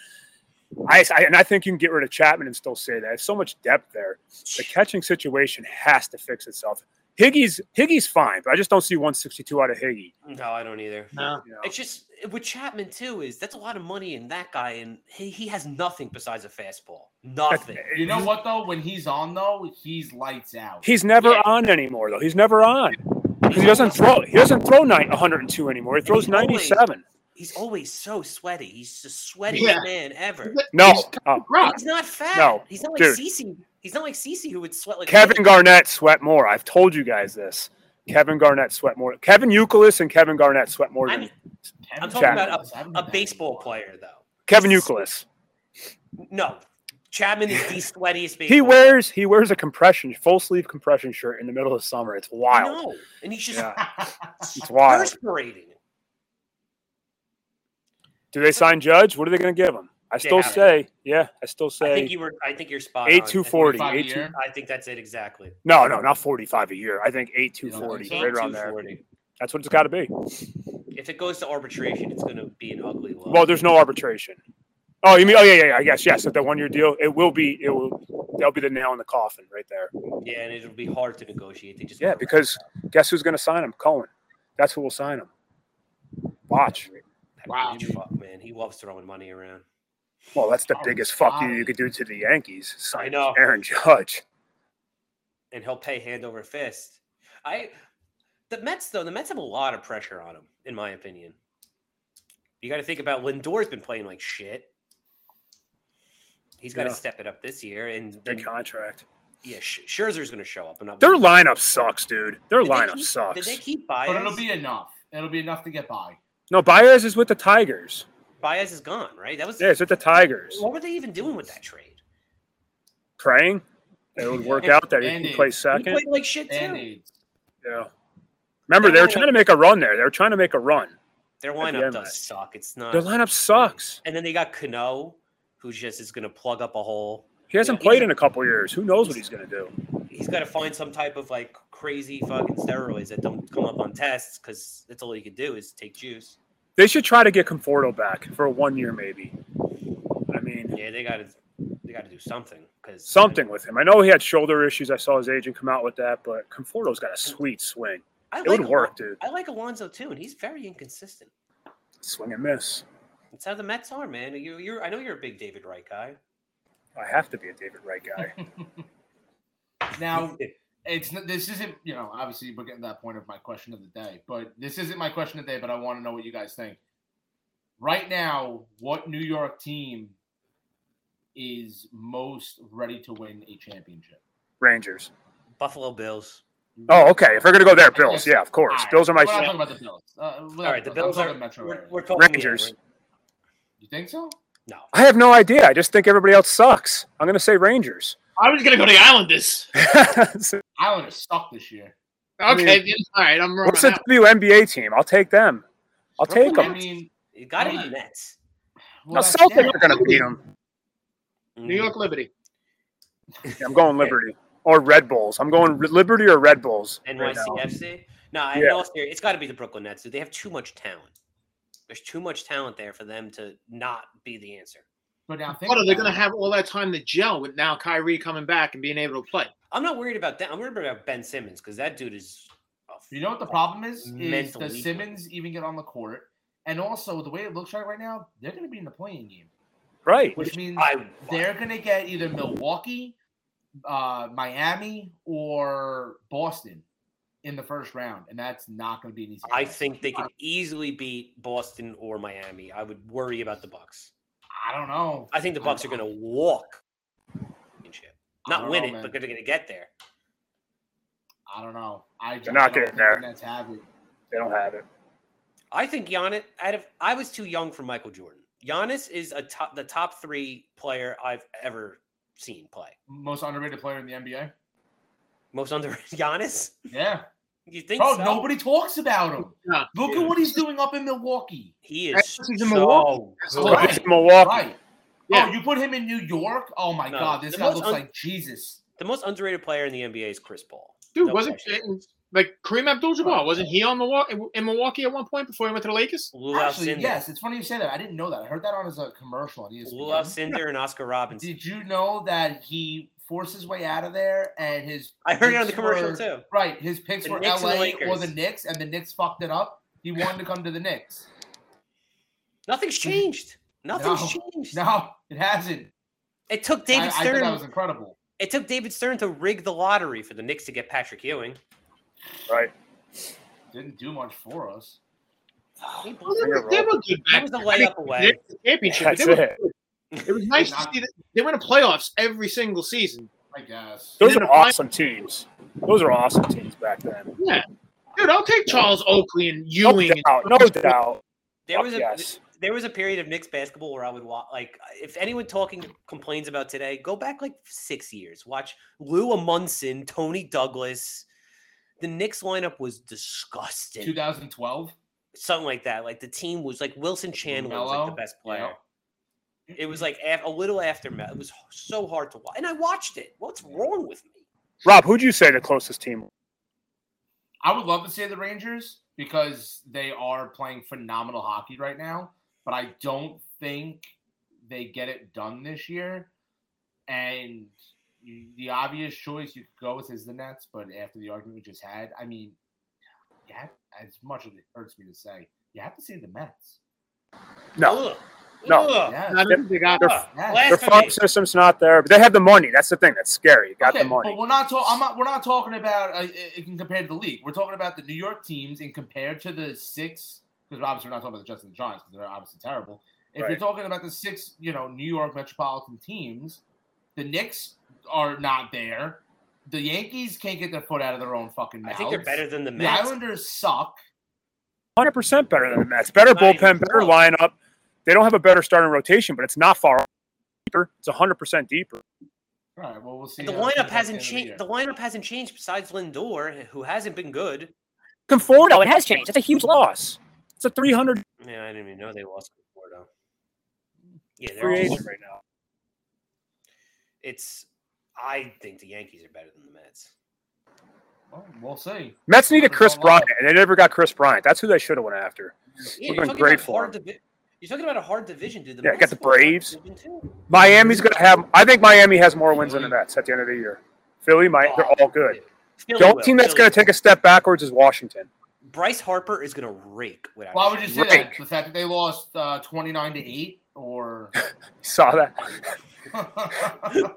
[SPEAKER 3] I, I and I think you can get rid of Chapman and still say that. There's so much depth there. The catching situation has to fix itself. Higgy's Higgy's fine, but I just don't see 162 out of Higgy.
[SPEAKER 4] No, I don't either.
[SPEAKER 2] No.
[SPEAKER 3] you know?
[SPEAKER 4] It's just with Chapman too. Is that's a lot of money in that guy, and he, he has nothing besides a fastball. Nothing.
[SPEAKER 1] You know what though? When he's on though, he's lights out.
[SPEAKER 3] He's never
[SPEAKER 4] Yeah.
[SPEAKER 3] on anymore though. He's never on. He doesn't throw. He doesn't throw nine, 102 anymore. He throws
[SPEAKER 4] he's always-
[SPEAKER 3] 97.
[SPEAKER 4] He's always so sweaty. He's the sweatiest
[SPEAKER 2] Yeah.
[SPEAKER 4] man ever.
[SPEAKER 3] No,
[SPEAKER 2] He's-
[SPEAKER 3] uh,
[SPEAKER 2] Rock.
[SPEAKER 4] He's not fat.
[SPEAKER 3] No,
[SPEAKER 4] he's not like
[SPEAKER 3] dude.
[SPEAKER 4] Cece. He's not like Cece who would sweat like
[SPEAKER 3] Kevin Garnett sweat more. I've told you guys this. Kevin Garnett sweat more. Kevin Euclid and Kevin Garnett sweat more than
[SPEAKER 4] I'm,
[SPEAKER 1] Kevin
[SPEAKER 4] I'm talking
[SPEAKER 3] Chapman.
[SPEAKER 4] about
[SPEAKER 1] Chapman's- I haven't
[SPEAKER 4] a, a
[SPEAKER 1] heard that
[SPEAKER 4] baseball
[SPEAKER 1] before.
[SPEAKER 4] player though.
[SPEAKER 3] Kevin Euclid.
[SPEAKER 4] No, Chapman is the sweatiest. Baseball
[SPEAKER 3] He
[SPEAKER 4] player.
[SPEAKER 3] wears he wears a compression full sleeve compression shirt in the middle of summer. It's
[SPEAKER 4] I
[SPEAKER 3] wild.
[SPEAKER 4] know, and he's just
[SPEAKER 3] Yeah. It's wild.
[SPEAKER 4] perspirating.
[SPEAKER 3] Do they sign Judge? What are they going to give him? I still
[SPEAKER 4] haven't.
[SPEAKER 3] say yeah. I still
[SPEAKER 4] I think
[SPEAKER 3] say
[SPEAKER 4] you were. I think you're spot on.
[SPEAKER 3] eight two forty.
[SPEAKER 1] Five a
[SPEAKER 3] Eight two.
[SPEAKER 1] year?
[SPEAKER 4] I think that's it exactly.
[SPEAKER 3] No, no, not forty five a year. I think eight two
[SPEAKER 1] You don't think
[SPEAKER 3] forty.
[SPEAKER 1] so?
[SPEAKER 3] Right around there.
[SPEAKER 4] 240.
[SPEAKER 3] That's what it's got to be.
[SPEAKER 4] If it goes to arbitration, it's going to be an ugly loss.
[SPEAKER 3] Well, there's no arbitration. Oh, you mean? Oh, yeah, yeah, yeah. I guess yes. At the one year deal, it will be. It will. That'll be the nail in the coffin right there.
[SPEAKER 4] yeah, and it'll be hard to negotiate. They just
[SPEAKER 3] Yeah, because guess who's going to sign him? Cohen. That's who will sign him. Watch.
[SPEAKER 4] That
[SPEAKER 1] Wow.
[SPEAKER 4] rich fuck, man, he loves throwing money around.
[SPEAKER 3] Well, that's the
[SPEAKER 1] Oh,
[SPEAKER 3] biggest fuck you
[SPEAKER 1] wow.
[SPEAKER 3] you could do to the Yankees. Sign
[SPEAKER 4] I know.
[SPEAKER 3] Aaron Judge.
[SPEAKER 4] and he'll pay hand over fist. I the Mets though, the Mets have a lot of pressure on him, in my opinion. You got to think about Lindor's been playing like shit. He's got to
[SPEAKER 3] Yeah.
[SPEAKER 4] step it up this year, and,
[SPEAKER 3] Big
[SPEAKER 4] and-
[SPEAKER 3] contract.
[SPEAKER 4] yeah, Sch- Scherzer's going to show up. And I'll-
[SPEAKER 3] Their lineup sucks, dude. Their
[SPEAKER 4] Oh, Did they
[SPEAKER 3] lineup
[SPEAKER 4] keep- Did
[SPEAKER 3] sucks.
[SPEAKER 4] they keep
[SPEAKER 1] But it'll
[SPEAKER 4] Baez?
[SPEAKER 1] be enough. It'll be enough to get by.
[SPEAKER 3] No, Baez is with the Tigers.
[SPEAKER 4] Baez is gone, right? That was
[SPEAKER 3] Yeah, it's with the Tigers.
[SPEAKER 4] What were they even doing with that trade?
[SPEAKER 3] Praying it would work out that he can
[SPEAKER 1] Band-Aids.
[SPEAKER 3] play
[SPEAKER 4] He
[SPEAKER 3] second.
[SPEAKER 4] played like shit too.
[SPEAKER 1] And AIDS.
[SPEAKER 3] Yeah. Remember, they were trying to make a run there. They were trying to make a run.
[SPEAKER 4] Their
[SPEAKER 3] the
[SPEAKER 4] lineup
[SPEAKER 3] end,
[SPEAKER 4] does
[SPEAKER 3] right?
[SPEAKER 4] suck. It's not.
[SPEAKER 3] Their lineup sucks.
[SPEAKER 4] and then they got Cano, who just is going to plug up a hole.
[SPEAKER 3] He hasn't
[SPEAKER 4] Yeah, he
[SPEAKER 3] played
[SPEAKER 4] doesn't-
[SPEAKER 3] in a couple years. Who knows what he's going to do?
[SPEAKER 4] He's got to find some type of like crazy fucking steroids that don't come up on tests because that's all he can do is take juice.
[SPEAKER 3] They should try to get Conforto back for one year, maybe. I mean,
[SPEAKER 4] Yeah, they got to they got to do something because
[SPEAKER 3] something with him. I know he had shoulder issues. I saw his agent come out with that, but Conforto's got a sweet swing.
[SPEAKER 4] I
[SPEAKER 3] It would
[SPEAKER 4] like
[SPEAKER 3] work, dude.
[SPEAKER 4] Alon- I like Alonzo too, and he's very inconsistent.
[SPEAKER 3] Swing and miss.
[SPEAKER 4] That's how the Mets are, man. You, you're I know you're a big David Wright guy.
[SPEAKER 3] I have to be a David Wright guy.
[SPEAKER 1] Now it's n- this isn't you know obviously we're getting to that point of my question of the day, but this isn't my question of the day. But I want to know what you guys think. Right now, what New York team is most ready to win a championship?
[SPEAKER 3] Rangers.
[SPEAKER 4] Buffalo Bills.
[SPEAKER 3] Oh, okay. If we're going to go there, Bills. Yeah, of course.
[SPEAKER 1] All right,
[SPEAKER 3] Bills are my.
[SPEAKER 1] We're not talking about the Bills. Uh,
[SPEAKER 4] All right, the Bills are.
[SPEAKER 1] Metro
[SPEAKER 4] We're,
[SPEAKER 1] area.
[SPEAKER 4] we're talking yeah,
[SPEAKER 3] Rangers.
[SPEAKER 4] we're-
[SPEAKER 1] you think so?
[SPEAKER 4] No,
[SPEAKER 3] I have no idea. I just think everybody else sucks. I'm going to say Rangers.
[SPEAKER 2] I was gonna go to the Islanders.
[SPEAKER 3] So-
[SPEAKER 1] Islanders suck this year.
[SPEAKER 3] I mean-
[SPEAKER 2] Okay, then, all right, I'm wrong.
[SPEAKER 3] What's the
[SPEAKER 2] on that
[SPEAKER 3] WNBA team? I'll take them. I'll take
[SPEAKER 1] I
[SPEAKER 3] them.
[SPEAKER 1] mean,
[SPEAKER 4] you got to be Mets.
[SPEAKER 3] No,
[SPEAKER 1] well, that's- yeah.
[SPEAKER 3] Celtics are going to beat them.
[SPEAKER 2] one. New York Liberty.
[SPEAKER 3] I'm going Liberty or Red Bulls. I'm going Re- Liberty or Red
[SPEAKER 4] Mm.
[SPEAKER 3] Bulls. right now.
[SPEAKER 4] NYCFC. No, I
[SPEAKER 3] Yeah.
[SPEAKER 4] know it's got to be the Brooklyn Nets. dude. They have too much talent. There's too much talent there for them to not be the answer.
[SPEAKER 1] But now think
[SPEAKER 2] What are they
[SPEAKER 1] about
[SPEAKER 2] going to
[SPEAKER 1] it.
[SPEAKER 2] have all that time to gel with now Kyrie coming back and being able to play?
[SPEAKER 4] I'm not worried about that. I'm worried about Ben Simmons because that dude is. a
[SPEAKER 1] You know what the problem is? Is
[SPEAKER 4] Mental
[SPEAKER 1] does
[SPEAKER 4] weakness.
[SPEAKER 1] Simmons even get on the court? And also the way it looks like right now, they're going to be in the playing game,
[SPEAKER 3] Right.
[SPEAKER 1] which means
[SPEAKER 4] I
[SPEAKER 1] they're going to get either Milwaukee, uh, Miami, or Boston in the first round, and that's not going to be an easy.
[SPEAKER 4] I
[SPEAKER 1] task.
[SPEAKER 4] think they could easily beat Boston or Miami. I would worry about the Bucks.
[SPEAKER 1] I don't know.
[SPEAKER 4] I think the
[SPEAKER 1] I-
[SPEAKER 4] Bucks are going to walk. championship.
[SPEAKER 1] I
[SPEAKER 4] Not
[SPEAKER 1] don't
[SPEAKER 4] win
[SPEAKER 1] know,
[SPEAKER 4] it,
[SPEAKER 1] man.
[SPEAKER 4] but they're going to get there.
[SPEAKER 1] I don't know. I just,
[SPEAKER 3] not
[SPEAKER 1] I don't
[SPEAKER 3] getting
[SPEAKER 1] think
[SPEAKER 3] there.
[SPEAKER 1] the Nets have it.
[SPEAKER 3] They don't have it.
[SPEAKER 4] I think Giannis. Out of, I was too young for Michael Jordan. Giannis is a top, the top three player I've ever seen play.
[SPEAKER 1] Most underrated player in the NBA.
[SPEAKER 4] Most underrated Giannis.
[SPEAKER 1] Yeah.
[SPEAKER 4] You think?
[SPEAKER 1] Bro,
[SPEAKER 4] so?
[SPEAKER 1] nobody talks about him.
[SPEAKER 2] Yeah.
[SPEAKER 1] Look at what he's doing up in Milwaukee.
[SPEAKER 4] He
[SPEAKER 2] That's
[SPEAKER 4] is
[SPEAKER 2] because he's in Milwaukee.
[SPEAKER 4] so.
[SPEAKER 2] That's all
[SPEAKER 4] good.
[SPEAKER 3] Look,
[SPEAKER 1] Right.
[SPEAKER 3] it's Milwaukee.
[SPEAKER 1] Right.
[SPEAKER 2] Yeah.
[SPEAKER 1] Oh, you put him in New York? Oh my
[SPEAKER 4] No,
[SPEAKER 1] god, this
[SPEAKER 4] the
[SPEAKER 1] guy
[SPEAKER 4] most
[SPEAKER 1] looks
[SPEAKER 4] un-
[SPEAKER 1] like Jesus.
[SPEAKER 4] The most underrated player in the NBA is Chris Paul.
[SPEAKER 2] Dude,
[SPEAKER 4] No
[SPEAKER 2] wasn't
[SPEAKER 4] question.
[SPEAKER 2] like Kareem Abdul-Jabbar? Wasn't he on Milwaukee in Milwaukee at one point before he went to the Lakers?
[SPEAKER 4] Lou
[SPEAKER 1] Actually,
[SPEAKER 4] Alcindor.
[SPEAKER 1] yes, it's funny you say that. I didn't know that. I heard that on his uh, commercial on
[SPEAKER 4] Lou
[SPEAKER 1] ESPN.
[SPEAKER 4] Alcindor and Oscar Robinson.
[SPEAKER 1] Did you know that he forced his way out of there and his
[SPEAKER 4] I heard it on the
[SPEAKER 1] picks
[SPEAKER 4] commercial
[SPEAKER 1] were-
[SPEAKER 4] too.
[SPEAKER 1] right, his picks
[SPEAKER 4] The
[SPEAKER 1] were
[SPEAKER 4] Knicks and
[SPEAKER 1] LA
[SPEAKER 4] the
[SPEAKER 1] or
[SPEAKER 4] Lakers.
[SPEAKER 1] the Knicks, and the Knicks fucked it up. He wanted to come to the Knicks.
[SPEAKER 4] Nothing's changed. Nothing's changed.
[SPEAKER 1] No, it hasn't.
[SPEAKER 4] It took
[SPEAKER 1] I, I
[SPEAKER 4] David
[SPEAKER 1] thought
[SPEAKER 4] Stern.
[SPEAKER 1] that was incredible.
[SPEAKER 4] it took David Stern to rig the lottery for the Knicks to get Patrick Ewing.
[SPEAKER 3] Right.
[SPEAKER 1] Didn't do much for us.
[SPEAKER 4] He blew-
[SPEAKER 2] They were, they were good
[SPEAKER 4] That
[SPEAKER 2] back.
[SPEAKER 4] was a
[SPEAKER 2] I mean,
[SPEAKER 4] layup away.
[SPEAKER 2] they- the championship.
[SPEAKER 3] That's
[SPEAKER 2] they were
[SPEAKER 3] it.
[SPEAKER 2] good. It was nice to see that they went to playoffs every single season.
[SPEAKER 1] I guess.
[SPEAKER 3] Those
[SPEAKER 2] Then the
[SPEAKER 3] are
[SPEAKER 2] final-
[SPEAKER 3] awesome teams. Those are awesome teams back then.
[SPEAKER 2] Yeah, dude, I'll take Charles Oakley and
[SPEAKER 3] No
[SPEAKER 2] Ewing. and-
[SPEAKER 3] doubt. No doubt.
[SPEAKER 4] There was a
[SPEAKER 3] yes.
[SPEAKER 4] there was a period of Knicks basketball where I would watch. Like, if anyone talking complains about today, go back like six years. Watch Lou Munson, Tony Douglas. The Knicks lineup was disgusting.
[SPEAKER 1] 2012.
[SPEAKER 4] something like that. Like the team was like Wilson Chandler was like the
[SPEAKER 1] Lamelo?
[SPEAKER 4] best player. It was like af- a little after Mel. It was h- so hard to watch, and I watched it. What's wrong with me?
[SPEAKER 3] Rob, who'd you say the closest team?
[SPEAKER 1] I would love to say the Rangers because they are playing phenomenal hockey right now, but I don't think they get it done this year. And you, the obvious choice you could go with is the Nets, but after the argument we just had, I mean, you have, as much as it hurts me to say, you have to say the Mets.
[SPEAKER 3] No.
[SPEAKER 4] Ugh.
[SPEAKER 3] No.
[SPEAKER 4] Ugh.
[SPEAKER 1] Yeah.
[SPEAKER 2] I don't think they got
[SPEAKER 3] They're-
[SPEAKER 2] that.
[SPEAKER 1] Yes.
[SPEAKER 4] Oh, Last
[SPEAKER 3] Their farm
[SPEAKER 4] Blasphemy.
[SPEAKER 3] system's not there, but they have the money. That's the thing. That's scary. You got the money.
[SPEAKER 1] But we're not talking. I'm not. We're not talking about uh, it can compare to the league. We're talking about the New York teams and compared to the six. Because obviously we're not talking about the Jets and the Giants because they're obviously terrible. If you're
[SPEAKER 3] Right.
[SPEAKER 1] talking about the six, you know, New York metropolitan teams, the Knicks are not there. The Yankees can't get their foot out of their own fucking
[SPEAKER 4] I
[SPEAKER 1] mouth.
[SPEAKER 4] think they're better than the
[SPEAKER 1] The
[SPEAKER 4] Mets.
[SPEAKER 1] Islanders suck.
[SPEAKER 3] Hundred percent better than the Mets. Better
[SPEAKER 4] Not even
[SPEAKER 3] bullpen, better
[SPEAKER 4] close.
[SPEAKER 3] lineup. They don't have a better starting rotation, but it's not far deeper. It's hundred percent deeper.
[SPEAKER 1] All right. Well, we'll see. uh,
[SPEAKER 4] And the
[SPEAKER 1] how it
[SPEAKER 4] lineup
[SPEAKER 1] turns out at
[SPEAKER 4] hasn't
[SPEAKER 1] end of
[SPEAKER 4] changed.
[SPEAKER 1] year.
[SPEAKER 4] The lineup hasn't changed besides Lindor, who hasn't been good.
[SPEAKER 3] Conforto, it has changed. It's a huge loss. It's a three hundred
[SPEAKER 4] Yeah, I didn't even know they lost before though. Yeah,
[SPEAKER 3] free
[SPEAKER 4] they're all,
[SPEAKER 3] agent right now.
[SPEAKER 4] it's. I think the Yankees are better than the Mets.
[SPEAKER 1] Well, Oh, we'll see.
[SPEAKER 3] Mets needed
[SPEAKER 1] There's
[SPEAKER 3] Chris
[SPEAKER 1] no lineup.
[SPEAKER 3] Bryant, and they never got Chris Bryant. That's who they should have went after.
[SPEAKER 4] Yeah,
[SPEAKER 3] Would've been
[SPEAKER 4] you're talking
[SPEAKER 3] great
[SPEAKER 4] about
[SPEAKER 3] for
[SPEAKER 4] hard divi- You're talking about a hard division, dude.
[SPEAKER 3] Yeah,
[SPEAKER 4] Mets
[SPEAKER 3] got the
[SPEAKER 4] fought a hard
[SPEAKER 3] Braves.
[SPEAKER 4] division, too.
[SPEAKER 3] Miami's going to have. I think Miami has more wins than the Mets at the end of the year. Philly, my, they're all good.
[SPEAKER 4] Philly
[SPEAKER 3] The
[SPEAKER 4] will,
[SPEAKER 3] only team that's
[SPEAKER 4] Philly
[SPEAKER 3] going
[SPEAKER 4] will.
[SPEAKER 3] to take a step backwards is Washington.
[SPEAKER 4] Bryce Harper is going to rake without.
[SPEAKER 1] Why would you say
[SPEAKER 3] Right.
[SPEAKER 1] that? The fact that they lost uh, 29 to eight, or
[SPEAKER 3] Saw that.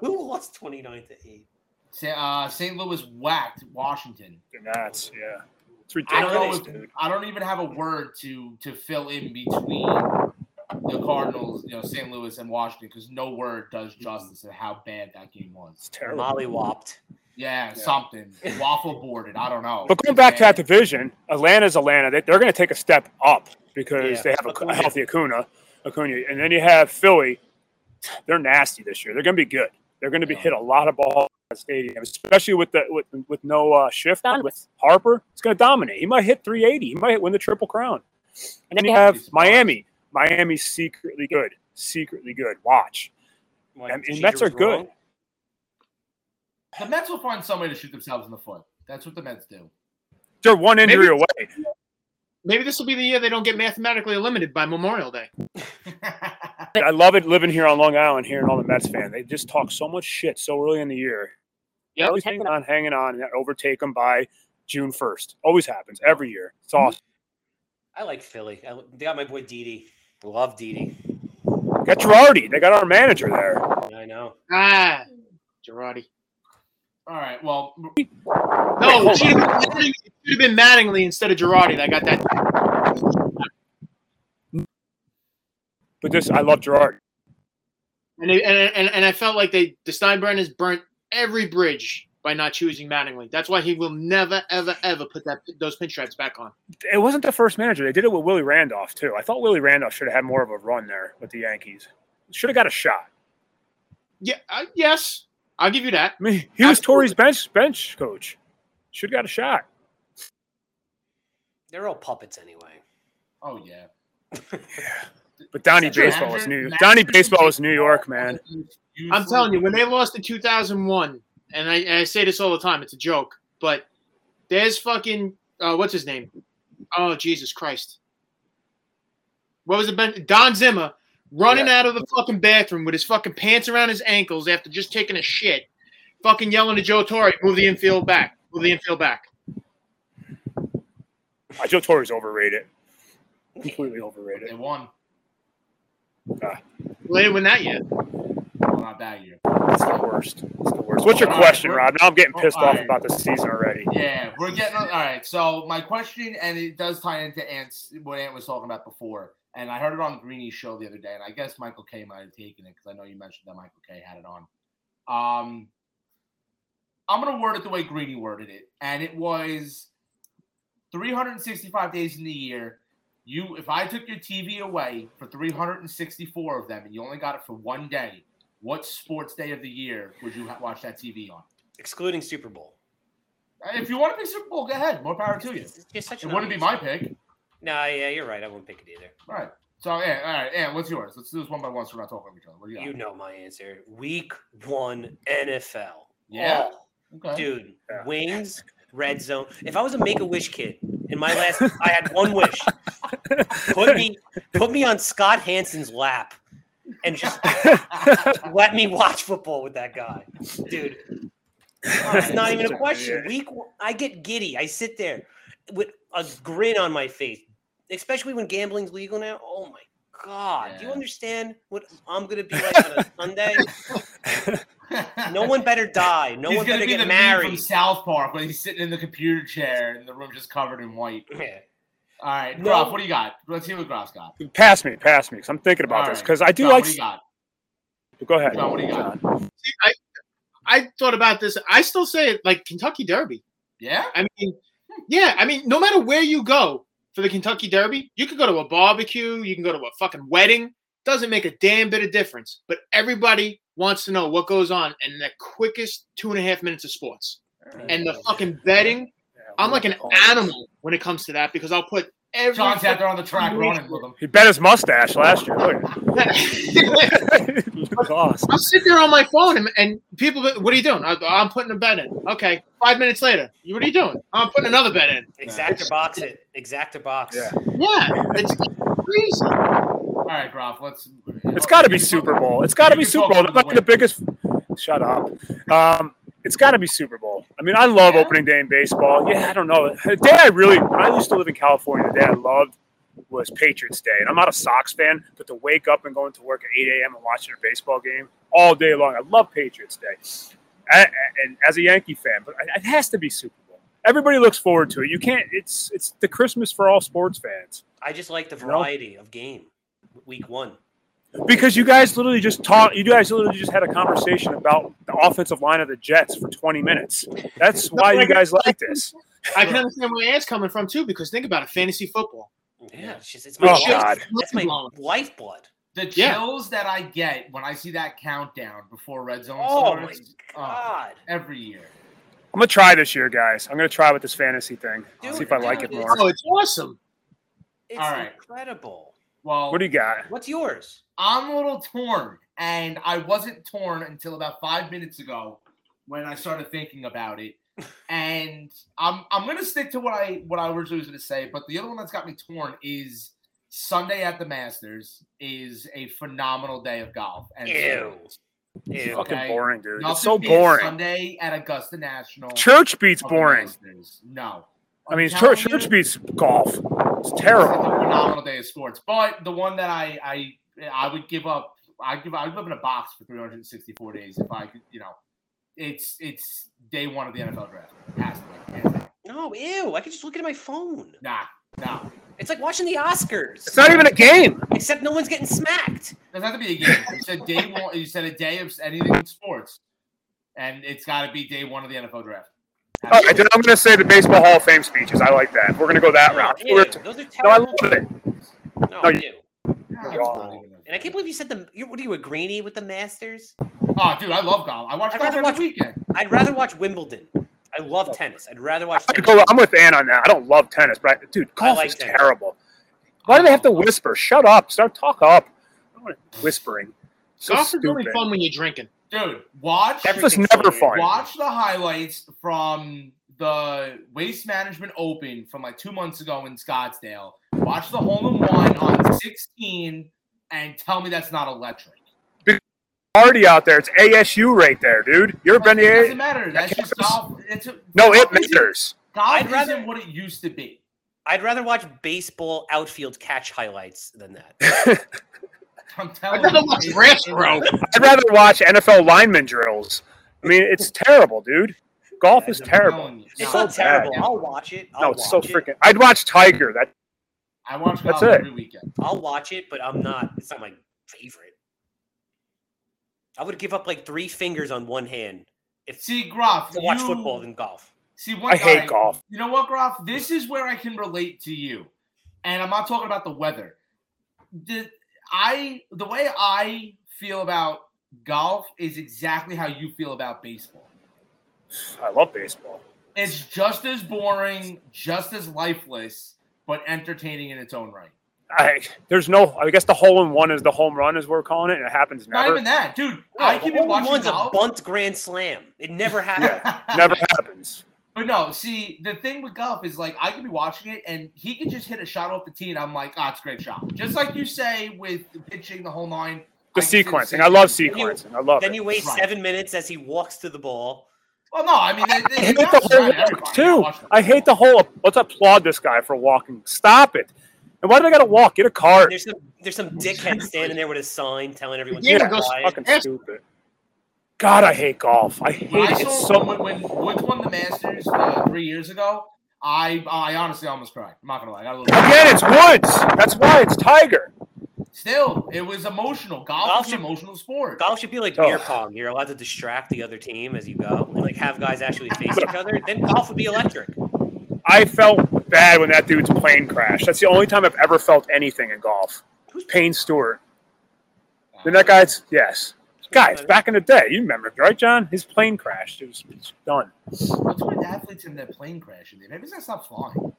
[SPEAKER 4] Who lost 29 to 8?
[SPEAKER 1] Sa- uh, St. Louis whacked Washington.
[SPEAKER 3] The Nats, yeah. It's
[SPEAKER 1] I don't know
[SPEAKER 3] ridiculous,
[SPEAKER 1] if-
[SPEAKER 3] dude.
[SPEAKER 1] I don't even have a word to to fill in between the Cardinals, you know, St. Louis and Washington, because no word does justice to how bad that game was.
[SPEAKER 3] It's terrible.
[SPEAKER 4] Molly whopped.
[SPEAKER 1] Yeah,
[SPEAKER 3] Yeah.
[SPEAKER 1] something waffle boarded. I don't know.
[SPEAKER 3] But going back to that division, Atlanta's Atlanta. They, they're going to take a step up because
[SPEAKER 4] Yeah.
[SPEAKER 3] they have a,
[SPEAKER 4] Acuna.
[SPEAKER 3] a healthy Acuna, Acuna, and then you have Philly. They're nasty this year. They're going to be good. They're going to be
[SPEAKER 1] Yeah.
[SPEAKER 3] hit a lot of balls at the stadium, especially with the with, with no uh, shift on with Harper. It's going to dominate. He might hit 380. He might win the triple crown. And then you have Miami. Miami's secretly good. Secretly good. Watch.
[SPEAKER 4] Like,
[SPEAKER 3] And- and
[SPEAKER 4] Jeter
[SPEAKER 3] Mets are
[SPEAKER 4] was
[SPEAKER 3] good.
[SPEAKER 4] wrong.
[SPEAKER 1] the Mets will find some way to shoot themselves in the foot. That's what the Mets do.
[SPEAKER 3] They're one injury
[SPEAKER 2] Maybe-
[SPEAKER 3] away.
[SPEAKER 2] Maybe this will be the year they don't get mathematically eliminated by Memorial Day.
[SPEAKER 3] I love it living here on Long Island, hearing all the Mets fan. They just talk so much shit so early in the year.
[SPEAKER 2] Yep.
[SPEAKER 3] always hanging on, hanging on, and that overtake them by June first. Always happens every year. It's
[SPEAKER 2] Mm-hmm.
[SPEAKER 3] awesome.
[SPEAKER 4] I like Philly. I, they got my boy Didi. Love Didi.
[SPEAKER 3] Got Girardi. They got our manager there.
[SPEAKER 4] I know.
[SPEAKER 2] Ah, Girardi.
[SPEAKER 1] All right. Well,
[SPEAKER 2] No, it should have been, Mattingly- it should have been Mattingly instead of Girardi that got that.
[SPEAKER 3] But this, I love Girardi.
[SPEAKER 2] And, they, and, and and I felt like they the Steinbrenners burnt every bridge by not choosing Mattingly. That's why he will never, ever, ever put that those pinstripes back on.
[SPEAKER 3] It wasn't the first manager. They did it with Willie Randolph too. I thought Willie Randolph should have had more of a run there with the Yankees. Should have got a shot.
[SPEAKER 2] Yeah, uh, yes, I'll give you that.
[SPEAKER 3] I mean, he was
[SPEAKER 2] Absolutely.
[SPEAKER 3] Tory's bench bench coach. Should have got a shot.
[SPEAKER 4] They're all puppets anyway.
[SPEAKER 1] oh yeah.
[SPEAKER 3] But Donnie
[SPEAKER 1] Such a
[SPEAKER 3] baseball
[SPEAKER 1] manager-
[SPEAKER 3] is New
[SPEAKER 1] manager-
[SPEAKER 3] Donnie baseball is New York, man.
[SPEAKER 2] I'm telling you, when they lost in 2001, and I, and I say this all the time, it's a joke, but there's fucking uh, what's his name? Oh Jesus Christ! What was it? Ben- Don Zimmer running out of the fucking bathroom with his fucking pants around his ankles after just taking a shit, fucking yelling to Joe Torre, "Move the infield back! Move the infield back!"
[SPEAKER 3] Uh, Joe Torre's overrated. Completely overrated.
[SPEAKER 1] They won.
[SPEAKER 2] Well, they didn't win that yet.
[SPEAKER 1] Well, not that year.
[SPEAKER 3] It's the worst. It's the worst. What's your question, Rob? Now I'm getting pissed off about the season already.
[SPEAKER 1] Yeah, we're getting all right. So my question, and it does tie into Ant's what Ant was talking about before, and I heard it on Greeny's show the other day, and I guess Michael K might have taken it because I know you mentioned that Michael K had it on. Um, I'm gonna word it the way Greeny worded it, and it was 365 days in the year. You, if I took your TV away for 364 of them, and you only got it for one day, what sports day of the year would you ha- watch that TV on?
[SPEAKER 4] Excluding Super Bowl.
[SPEAKER 1] If you want to pick Super Bowl, go ahead. More power to you.
[SPEAKER 4] It's just such
[SPEAKER 1] It
[SPEAKER 4] an
[SPEAKER 1] wouldn't be
[SPEAKER 4] obvious-
[SPEAKER 1] my pick.
[SPEAKER 4] No, yeah, you're right. I wouldn't pick it either.
[SPEAKER 1] All right. So, yeah, all right. Yeah, what's yours? Let's do this one by one so we're not talking over each other. What do you got?
[SPEAKER 4] You know my answer. Week one NFL.
[SPEAKER 1] yeah.
[SPEAKER 4] Oh,
[SPEAKER 1] Okay.
[SPEAKER 4] dude,
[SPEAKER 3] Yeah.
[SPEAKER 4] wings, red zone. If I was a make a wish kid in my last I had one wish. Put me put me on Scott Hansen's lap and just let me watch football with that guy. Dude, It's not even a question. Week, one- I get giddy. I sit there with a grin on my face, especially when gambling's legal now. Oh my god! Do you
[SPEAKER 1] Yeah.
[SPEAKER 4] understand what I'm gonna be like on a Sunday? No one better die. No
[SPEAKER 1] He's
[SPEAKER 4] one
[SPEAKER 1] gonna
[SPEAKER 4] better
[SPEAKER 1] be the meme from
[SPEAKER 4] get married.
[SPEAKER 1] South Park when he's sitting in the computer chair and the room's just covered in white.
[SPEAKER 4] Yeah.
[SPEAKER 1] All right,
[SPEAKER 4] No.
[SPEAKER 1] Groff, what do you got? Let's hear what Groff's got.
[SPEAKER 3] Pass me, pass me, because I'm thinking about
[SPEAKER 1] All
[SPEAKER 3] this.
[SPEAKER 1] right.
[SPEAKER 3] Because I do
[SPEAKER 1] John, What
[SPEAKER 3] like.
[SPEAKER 1] do you got?
[SPEAKER 3] Go ahead.
[SPEAKER 1] John, what do you got?
[SPEAKER 2] I thought about this. I still say it like Kentucky Derby.
[SPEAKER 1] Yeah.
[SPEAKER 2] I mean, yeah, I mean, no matter where you go for the Kentucky Derby, you could go to a barbecue, you can go to a fucking wedding. Doesn't make a damn bit of difference. But everybody wants to know what goes on in the quickest two and a half minutes of sports. And the fucking betting, I'm like an animal when it comes to that because I'll put every
[SPEAKER 1] John's out there on the track
[SPEAKER 2] Fucking-
[SPEAKER 1] running with him.
[SPEAKER 3] He bet his mustache last year. Look. Lost.
[SPEAKER 2] I'll sit there on my phone and, and people, be- what are you doing? I, I'm putting a bet in. Okay. Five minutes later, "You- what are you doing? I'm putting another bet in.
[SPEAKER 4] Exacta box it. Exacta box.
[SPEAKER 3] Yeah.
[SPEAKER 2] Yeah. It's crazy.
[SPEAKER 1] All right, Groff, let's.
[SPEAKER 3] It's got to be Super Bowl. It's got to be
[SPEAKER 1] You can
[SPEAKER 3] Super
[SPEAKER 1] talk
[SPEAKER 3] Bowl.
[SPEAKER 1] to
[SPEAKER 3] That's
[SPEAKER 1] the
[SPEAKER 3] like the biggest. Shut up. Um, it's got to be Super Bowl. I mean, I love
[SPEAKER 1] Yeah?
[SPEAKER 3] opening day in baseball. Yeah, I don't know. The day I really, when I used to live in California, the day I loved was Patriots Day. And I'm not a Sox fan, but to wake up and going to work at 8 a.m. and watching a baseball game all day long, I love Patriots Day. A- and as a Yankee fan, but it has to be Super Bowl. Everybody looks forward to it. You can't. It's it's the Christmas for all sports fans.
[SPEAKER 4] I just like the
[SPEAKER 3] know?
[SPEAKER 4] variety of game. Week one.
[SPEAKER 3] Because you guys literally just talked, you guys literally just had a conversation about the offensive line of the Jets for 20 minutes. That's why you guys like this.
[SPEAKER 2] I can understand where Ant's coming from too, because think about it, fantasy football.
[SPEAKER 4] Yeah. It's just it's my
[SPEAKER 3] Oh,
[SPEAKER 4] life-
[SPEAKER 3] God.
[SPEAKER 4] That's my lifeblood.
[SPEAKER 1] The
[SPEAKER 2] Yeah.
[SPEAKER 1] chills that I get when I see that countdown before red zone
[SPEAKER 4] Oh my
[SPEAKER 1] scores
[SPEAKER 4] god.
[SPEAKER 1] every year.
[SPEAKER 3] I'm going to try this year, guys. I'm going to try with this fantasy thing.
[SPEAKER 4] Dude,
[SPEAKER 3] See if I like it
[SPEAKER 4] dude,
[SPEAKER 3] more.
[SPEAKER 2] Oh, it's awesome.
[SPEAKER 4] It's
[SPEAKER 1] All right.
[SPEAKER 4] incredible.
[SPEAKER 1] Well,
[SPEAKER 3] What do you got?
[SPEAKER 4] What's yours?
[SPEAKER 1] I'm a little torn, and I wasn't torn until about five minutes ago when I started thinking about it. and I'm I'm gonna stick to what I what I originally was gonna say, but the other one that's got me torn is Sunday at the Masters is a phenomenal day of golf. And
[SPEAKER 4] Ew.
[SPEAKER 3] It's
[SPEAKER 4] Ew.
[SPEAKER 1] Okay.
[SPEAKER 3] fucking boring, dude.
[SPEAKER 1] nothing
[SPEAKER 3] It's so
[SPEAKER 1] beats
[SPEAKER 3] boring.
[SPEAKER 1] Sunday at Augusta National.
[SPEAKER 3] Church beats
[SPEAKER 1] of the
[SPEAKER 3] boring.
[SPEAKER 1] Masters. No.
[SPEAKER 3] I mean,
[SPEAKER 1] I'm
[SPEAKER 3] church,
[SPEAKER 1] telling
[SPEAKER 3] church
[SPEAKER 1] you,
[SPEAKER 3] beats golf. It's
[SPEAKER 1] it's
[SPEAKER 3] terrible.
[SPEAKER 1] a phenomenal day of sports. But the one that I I I would give up I give I would live in a box for 364 days if I could, you know. It's it's day one of the NFL draft. It has to be. hands down.
[SPEAKER 4] No, ew. I could just look at my phone.
[SPEAKER 1] Nah, nah.
[SPEAKER 4] It's like watching the Oscars.
[SPEAKER 3] It's not even a game.
[SPEAKER 4] Except no one's getting smacked.
[SPEAKER 1] doesn't have to be a game. You said day one. You said a day of anything in sports, and it's got to be day one of the NFL draft.
[SPEAKER 3] All right, then I'm going to say the Baseball Hall of Fame speeches. I like that. We're going to go that route.
[SPEAKER 4] Ew,
[SPEAKER 3] We're-
[SPEAKER 4] Those are
[SPEAKER 3] No, I
[SPEAKER 4] terrible.
[SPEAKER 3] love it.
[SPEAKER 4] No,
[SPEAKER 3] No,
[SPEAKER 4] ew.
[SPEAKER 1] That's not even a-
[SPEAKER 4] And I can't believe you said the. You, what are you, a greenie with the Masters?
[SPEAKER 1] Oh, dude, I love golf. I watch
[SPEAKER 4] I'd
[SPEAKER 1] golf
[SPEAKER 4] rather
[SPEAKER 1] every
[SPEAKER 4] watch-
[SPEAKER 1] weekend.
[SPEAKER 4] I'd rather watch Wimbledon. I love tennis. I'd rather watch
[SPEAKER 3] I'd
[SPEAKER 4] tennis.
[SPEAKER 3] go- I'm with Ann on that. I don't love tennis, but I, dude, golf
[SPEAKER 4] like
[SPEAKER 3] is
[SPEAKER 4] tennis.
[SPEAKER 3] terrible. Why do they have to whisper? Shut up. Start talk up. I don't want whispering. So
[SPEAKER 2] Golf is
[SPEAKER 3] stupid.
[SPEAKER 2] really fun when you're drinking.
[SPEAKER 1] Dude, watch
[SPEAKER 3] That was
[SPEAKER 4] Everything's
[SPEAKER 3] never
[SPEAKER 4] fun,
[SPEAKER 3] fun.
[SPEAKER 1] watch the highlights from the Waste Management Open from like two months ago in Scottsdale. Watch the hole in one on 16, and tell me that's not electric.
[SPEAKER 3] Party out there. It's ASU right there, dude. You ever been
[SPEAKER 1] it
[SPEAKER 3] to
[SPEAKER 1] doesn't matter. That's just golf. It's a,
[SPEAKER 3] No, it
[SPEAKER 1] golf isn't-
[SPEAKER 3] matters.
[SPEAKER 1] Golf
[SPEAKER 4] I'd rather-
[SPEAKER 1] isn't what it used to be.
[SPEAKER 4] I'd rather watch baseball outfield catch highlights than that.
[SPEAKER 1] I'm
[SPEAKER 2] I'd
[SPEAKER 1] telling
[SPEAKER 2] rather
[SPEAKER 1] you,
[SPEAKER 2] watch
[SPEAKER 1] it's-
[SPEAKER 2] Ranch
[SPEAKER 1] it's-
[SPEAKER 2] Row.
[SPEAKER 3] I'd rather watch NFL lineman drills. I mean, it's terrible, dude. Golf
[SPEAKER 1] Yeah,
[SPEAKER 3] is
[SPEAKER 1] I'm
[SPEAKER 3] terrible.
[SPEAKER 1] telling you.
[SPEAKER 4] It's
[SPEAKER 1] No,
[SPEAKER 4] not terrible. I'll watch it. I'll
[SPEAKER 3] No, it's so
[SPEAKER 4] watch it.
[SPEAKER 3] freaking. I'd watch Tiger. That
[SPEAKER 1] I watch
[SPEAKER 3] That's
[SPEAKER 1] golf
[SPEAKER 3] it.
[SPEAKER 1] every weekend.
[SPEAKER 4] I'll watch it, but I'm not. It's not my favorite. I would give up like three fingers on one hand if
[SPEAKER 1] See, Groff,
[SPEAKER 4] to watch
[SPEAKER 1] you-
[SPEAKER 4] football than golf.
[SPEAKER 1] See, one
[SPEAKER 3] I hate
[SPEAKER 1] guy-
[SPEAKER 3] golf.
[SPEAKER 1] You know what, Groff? This is where I can relate to you, and I'm not talking about the weather. The I the way I feel about golf is exactly how you feel about baseball.
[SPEAKER 3] I love baseball.
[SPEAKER 1] It's just as boring, just as lifeless, but entertaining in its own right.
[SPEAKER 3] I, there's no. I guess the hole in one is the home run, as we're calling it, and it happens
[SPEAKER 1] Not
[SPEAKER 3] never.
[SPEAKER 1] even that, dude. I
[SPEAKER 4] I
[SPEAKER 1] can
[SPEAKER 4] keep
[SPEAKER 1] be watching
[SPEAKER 4] one's
[SPEAKER 1] golf.
[SPEAKER 4] a bunt grand slam. It never happened.
[SPEAKER 3] never happens.
[SPEAKER 1] But no, see, the thing with golf is like I could be watching it and he could just hit a shot off the tee, and I'm like, ah, it's a great shot. Just like you say with pitching the whole nine.
[SPEAKER 3] The
[SPEAKER 1] I can say
[SPEAKER 3] sequencing.
[SPEAKER 1] same
[SPEAKER 3] I love
[SPEAKER 1] thing.
[SPEAKER 4] you-
[SPEAKER 3] sequencing. I love
[SPEAKER 4] Then
[SPEAKER 3] it.
[SPEAKER 4] you wait
[SPEAKER 1] Right.
[SPEAKER 4] seven minutes as he walks to the ball.
[SPEAKER 1] Well, no, I mean, it,
[SPEAKER 3] I hate the whole walk too. I hate the whole. Let's applaud this guy for walking. Stop it. And why do I got to walk? Get a
[SPEAKER 4] And
[SPEAKER 3] cart.
[SPEAKER 4] There's some there's some dickhead standing there with a sign telling everyone
[SPEAKER 2] Yeah,
[SPEAKER 4] to
[SPEAKER 3] Yeah,
[SPEAKER 2] go
[SPEAKER 4] quiet.
[SPEAKER 3] fucking
[SPEAKER 2] Yes.
[SPEAKER 3] stupid. God, I hate golf. I hate
[SPEAKER 1] When I
[SPEAKER 3] it
[SPEAKER 1] saw
[SPEAKER 3] so much.
[SPEAKER 1] when, when Woods won the Masters uh, three years ago, I I honestly almost cried. I'm not gonna lie, I got a little.
[SPEAKER 3] Again, it's Woods. That's why it's Tiger.
[SPEAKER 1] Still, it was emotional. Golf,
[SPEAKER 4] Golf
[SPEAKER 1] is
[SPEAKER 4] should-
[SPEAKER 1] an emotional sport.
[SPEAKER 4] Golf should be like
[SPEAKER 3] Oh.
[SPEAKER 4] beer pong. You're allowed to distract the other team as you go, and like have guys actually face each other. Then golf would be electric.
[SPEAKER 3] I felt bad when that dude's plane crashed. That's the only time I've ever felt anything in golf. Payne Stewart. Then that guy's yes, guys. Back in the day, you remember, right, John? His plane crashed. It was, it's done.
[SPEAKER 1] What's with athletes in that plane crash? and they- Maybe that's not flying.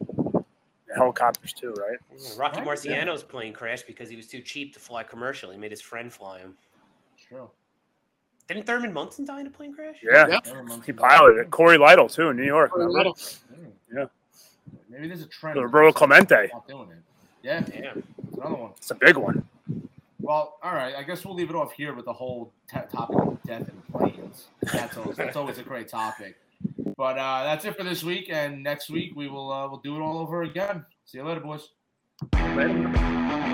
[SPEAKER 3] Helicopters too, right?
[SPEAKER 4] Rocky
[SPEAKER 1] Right, yeah.
[SPEAKER 4] Marciano's plane crashed because he was too cheap to fly commercial. He made his friend fly him.
[SPEAKER 1] True.
[SPEAKER 4] Didn't Thurman Munson die in a plane crash?
[SPEAKER 3] Yeah,
[SPEAKER 2] Yep.
[SPEAKER 1] Never mind.
[SPEAKER 3] he piloted it. Corey Lytle too in New York. Remember?
[SPEAKER 1] Hmm.
[SPEAKER 3] Yeah.
[SPEAKER 1] Maybe there's a trend.
[SPEAKER 3] Roberto Clemente.
[SPEAKER 1] Not doing it. Yeah,
[SPEAKER 4] Yeah.
[SPEAKER 1] it's another one.
[SPEAKER 3] It's a big one.
[SPEAKER 1] Well, all right. I guess we'll leave it off here with the whole t- topic of death and planes. That's always, that's always a great topic. But uh, that's it for this week. And next week we will uh, we'll do it all over again. See you later, boys.
[SPEAKER 3] Later.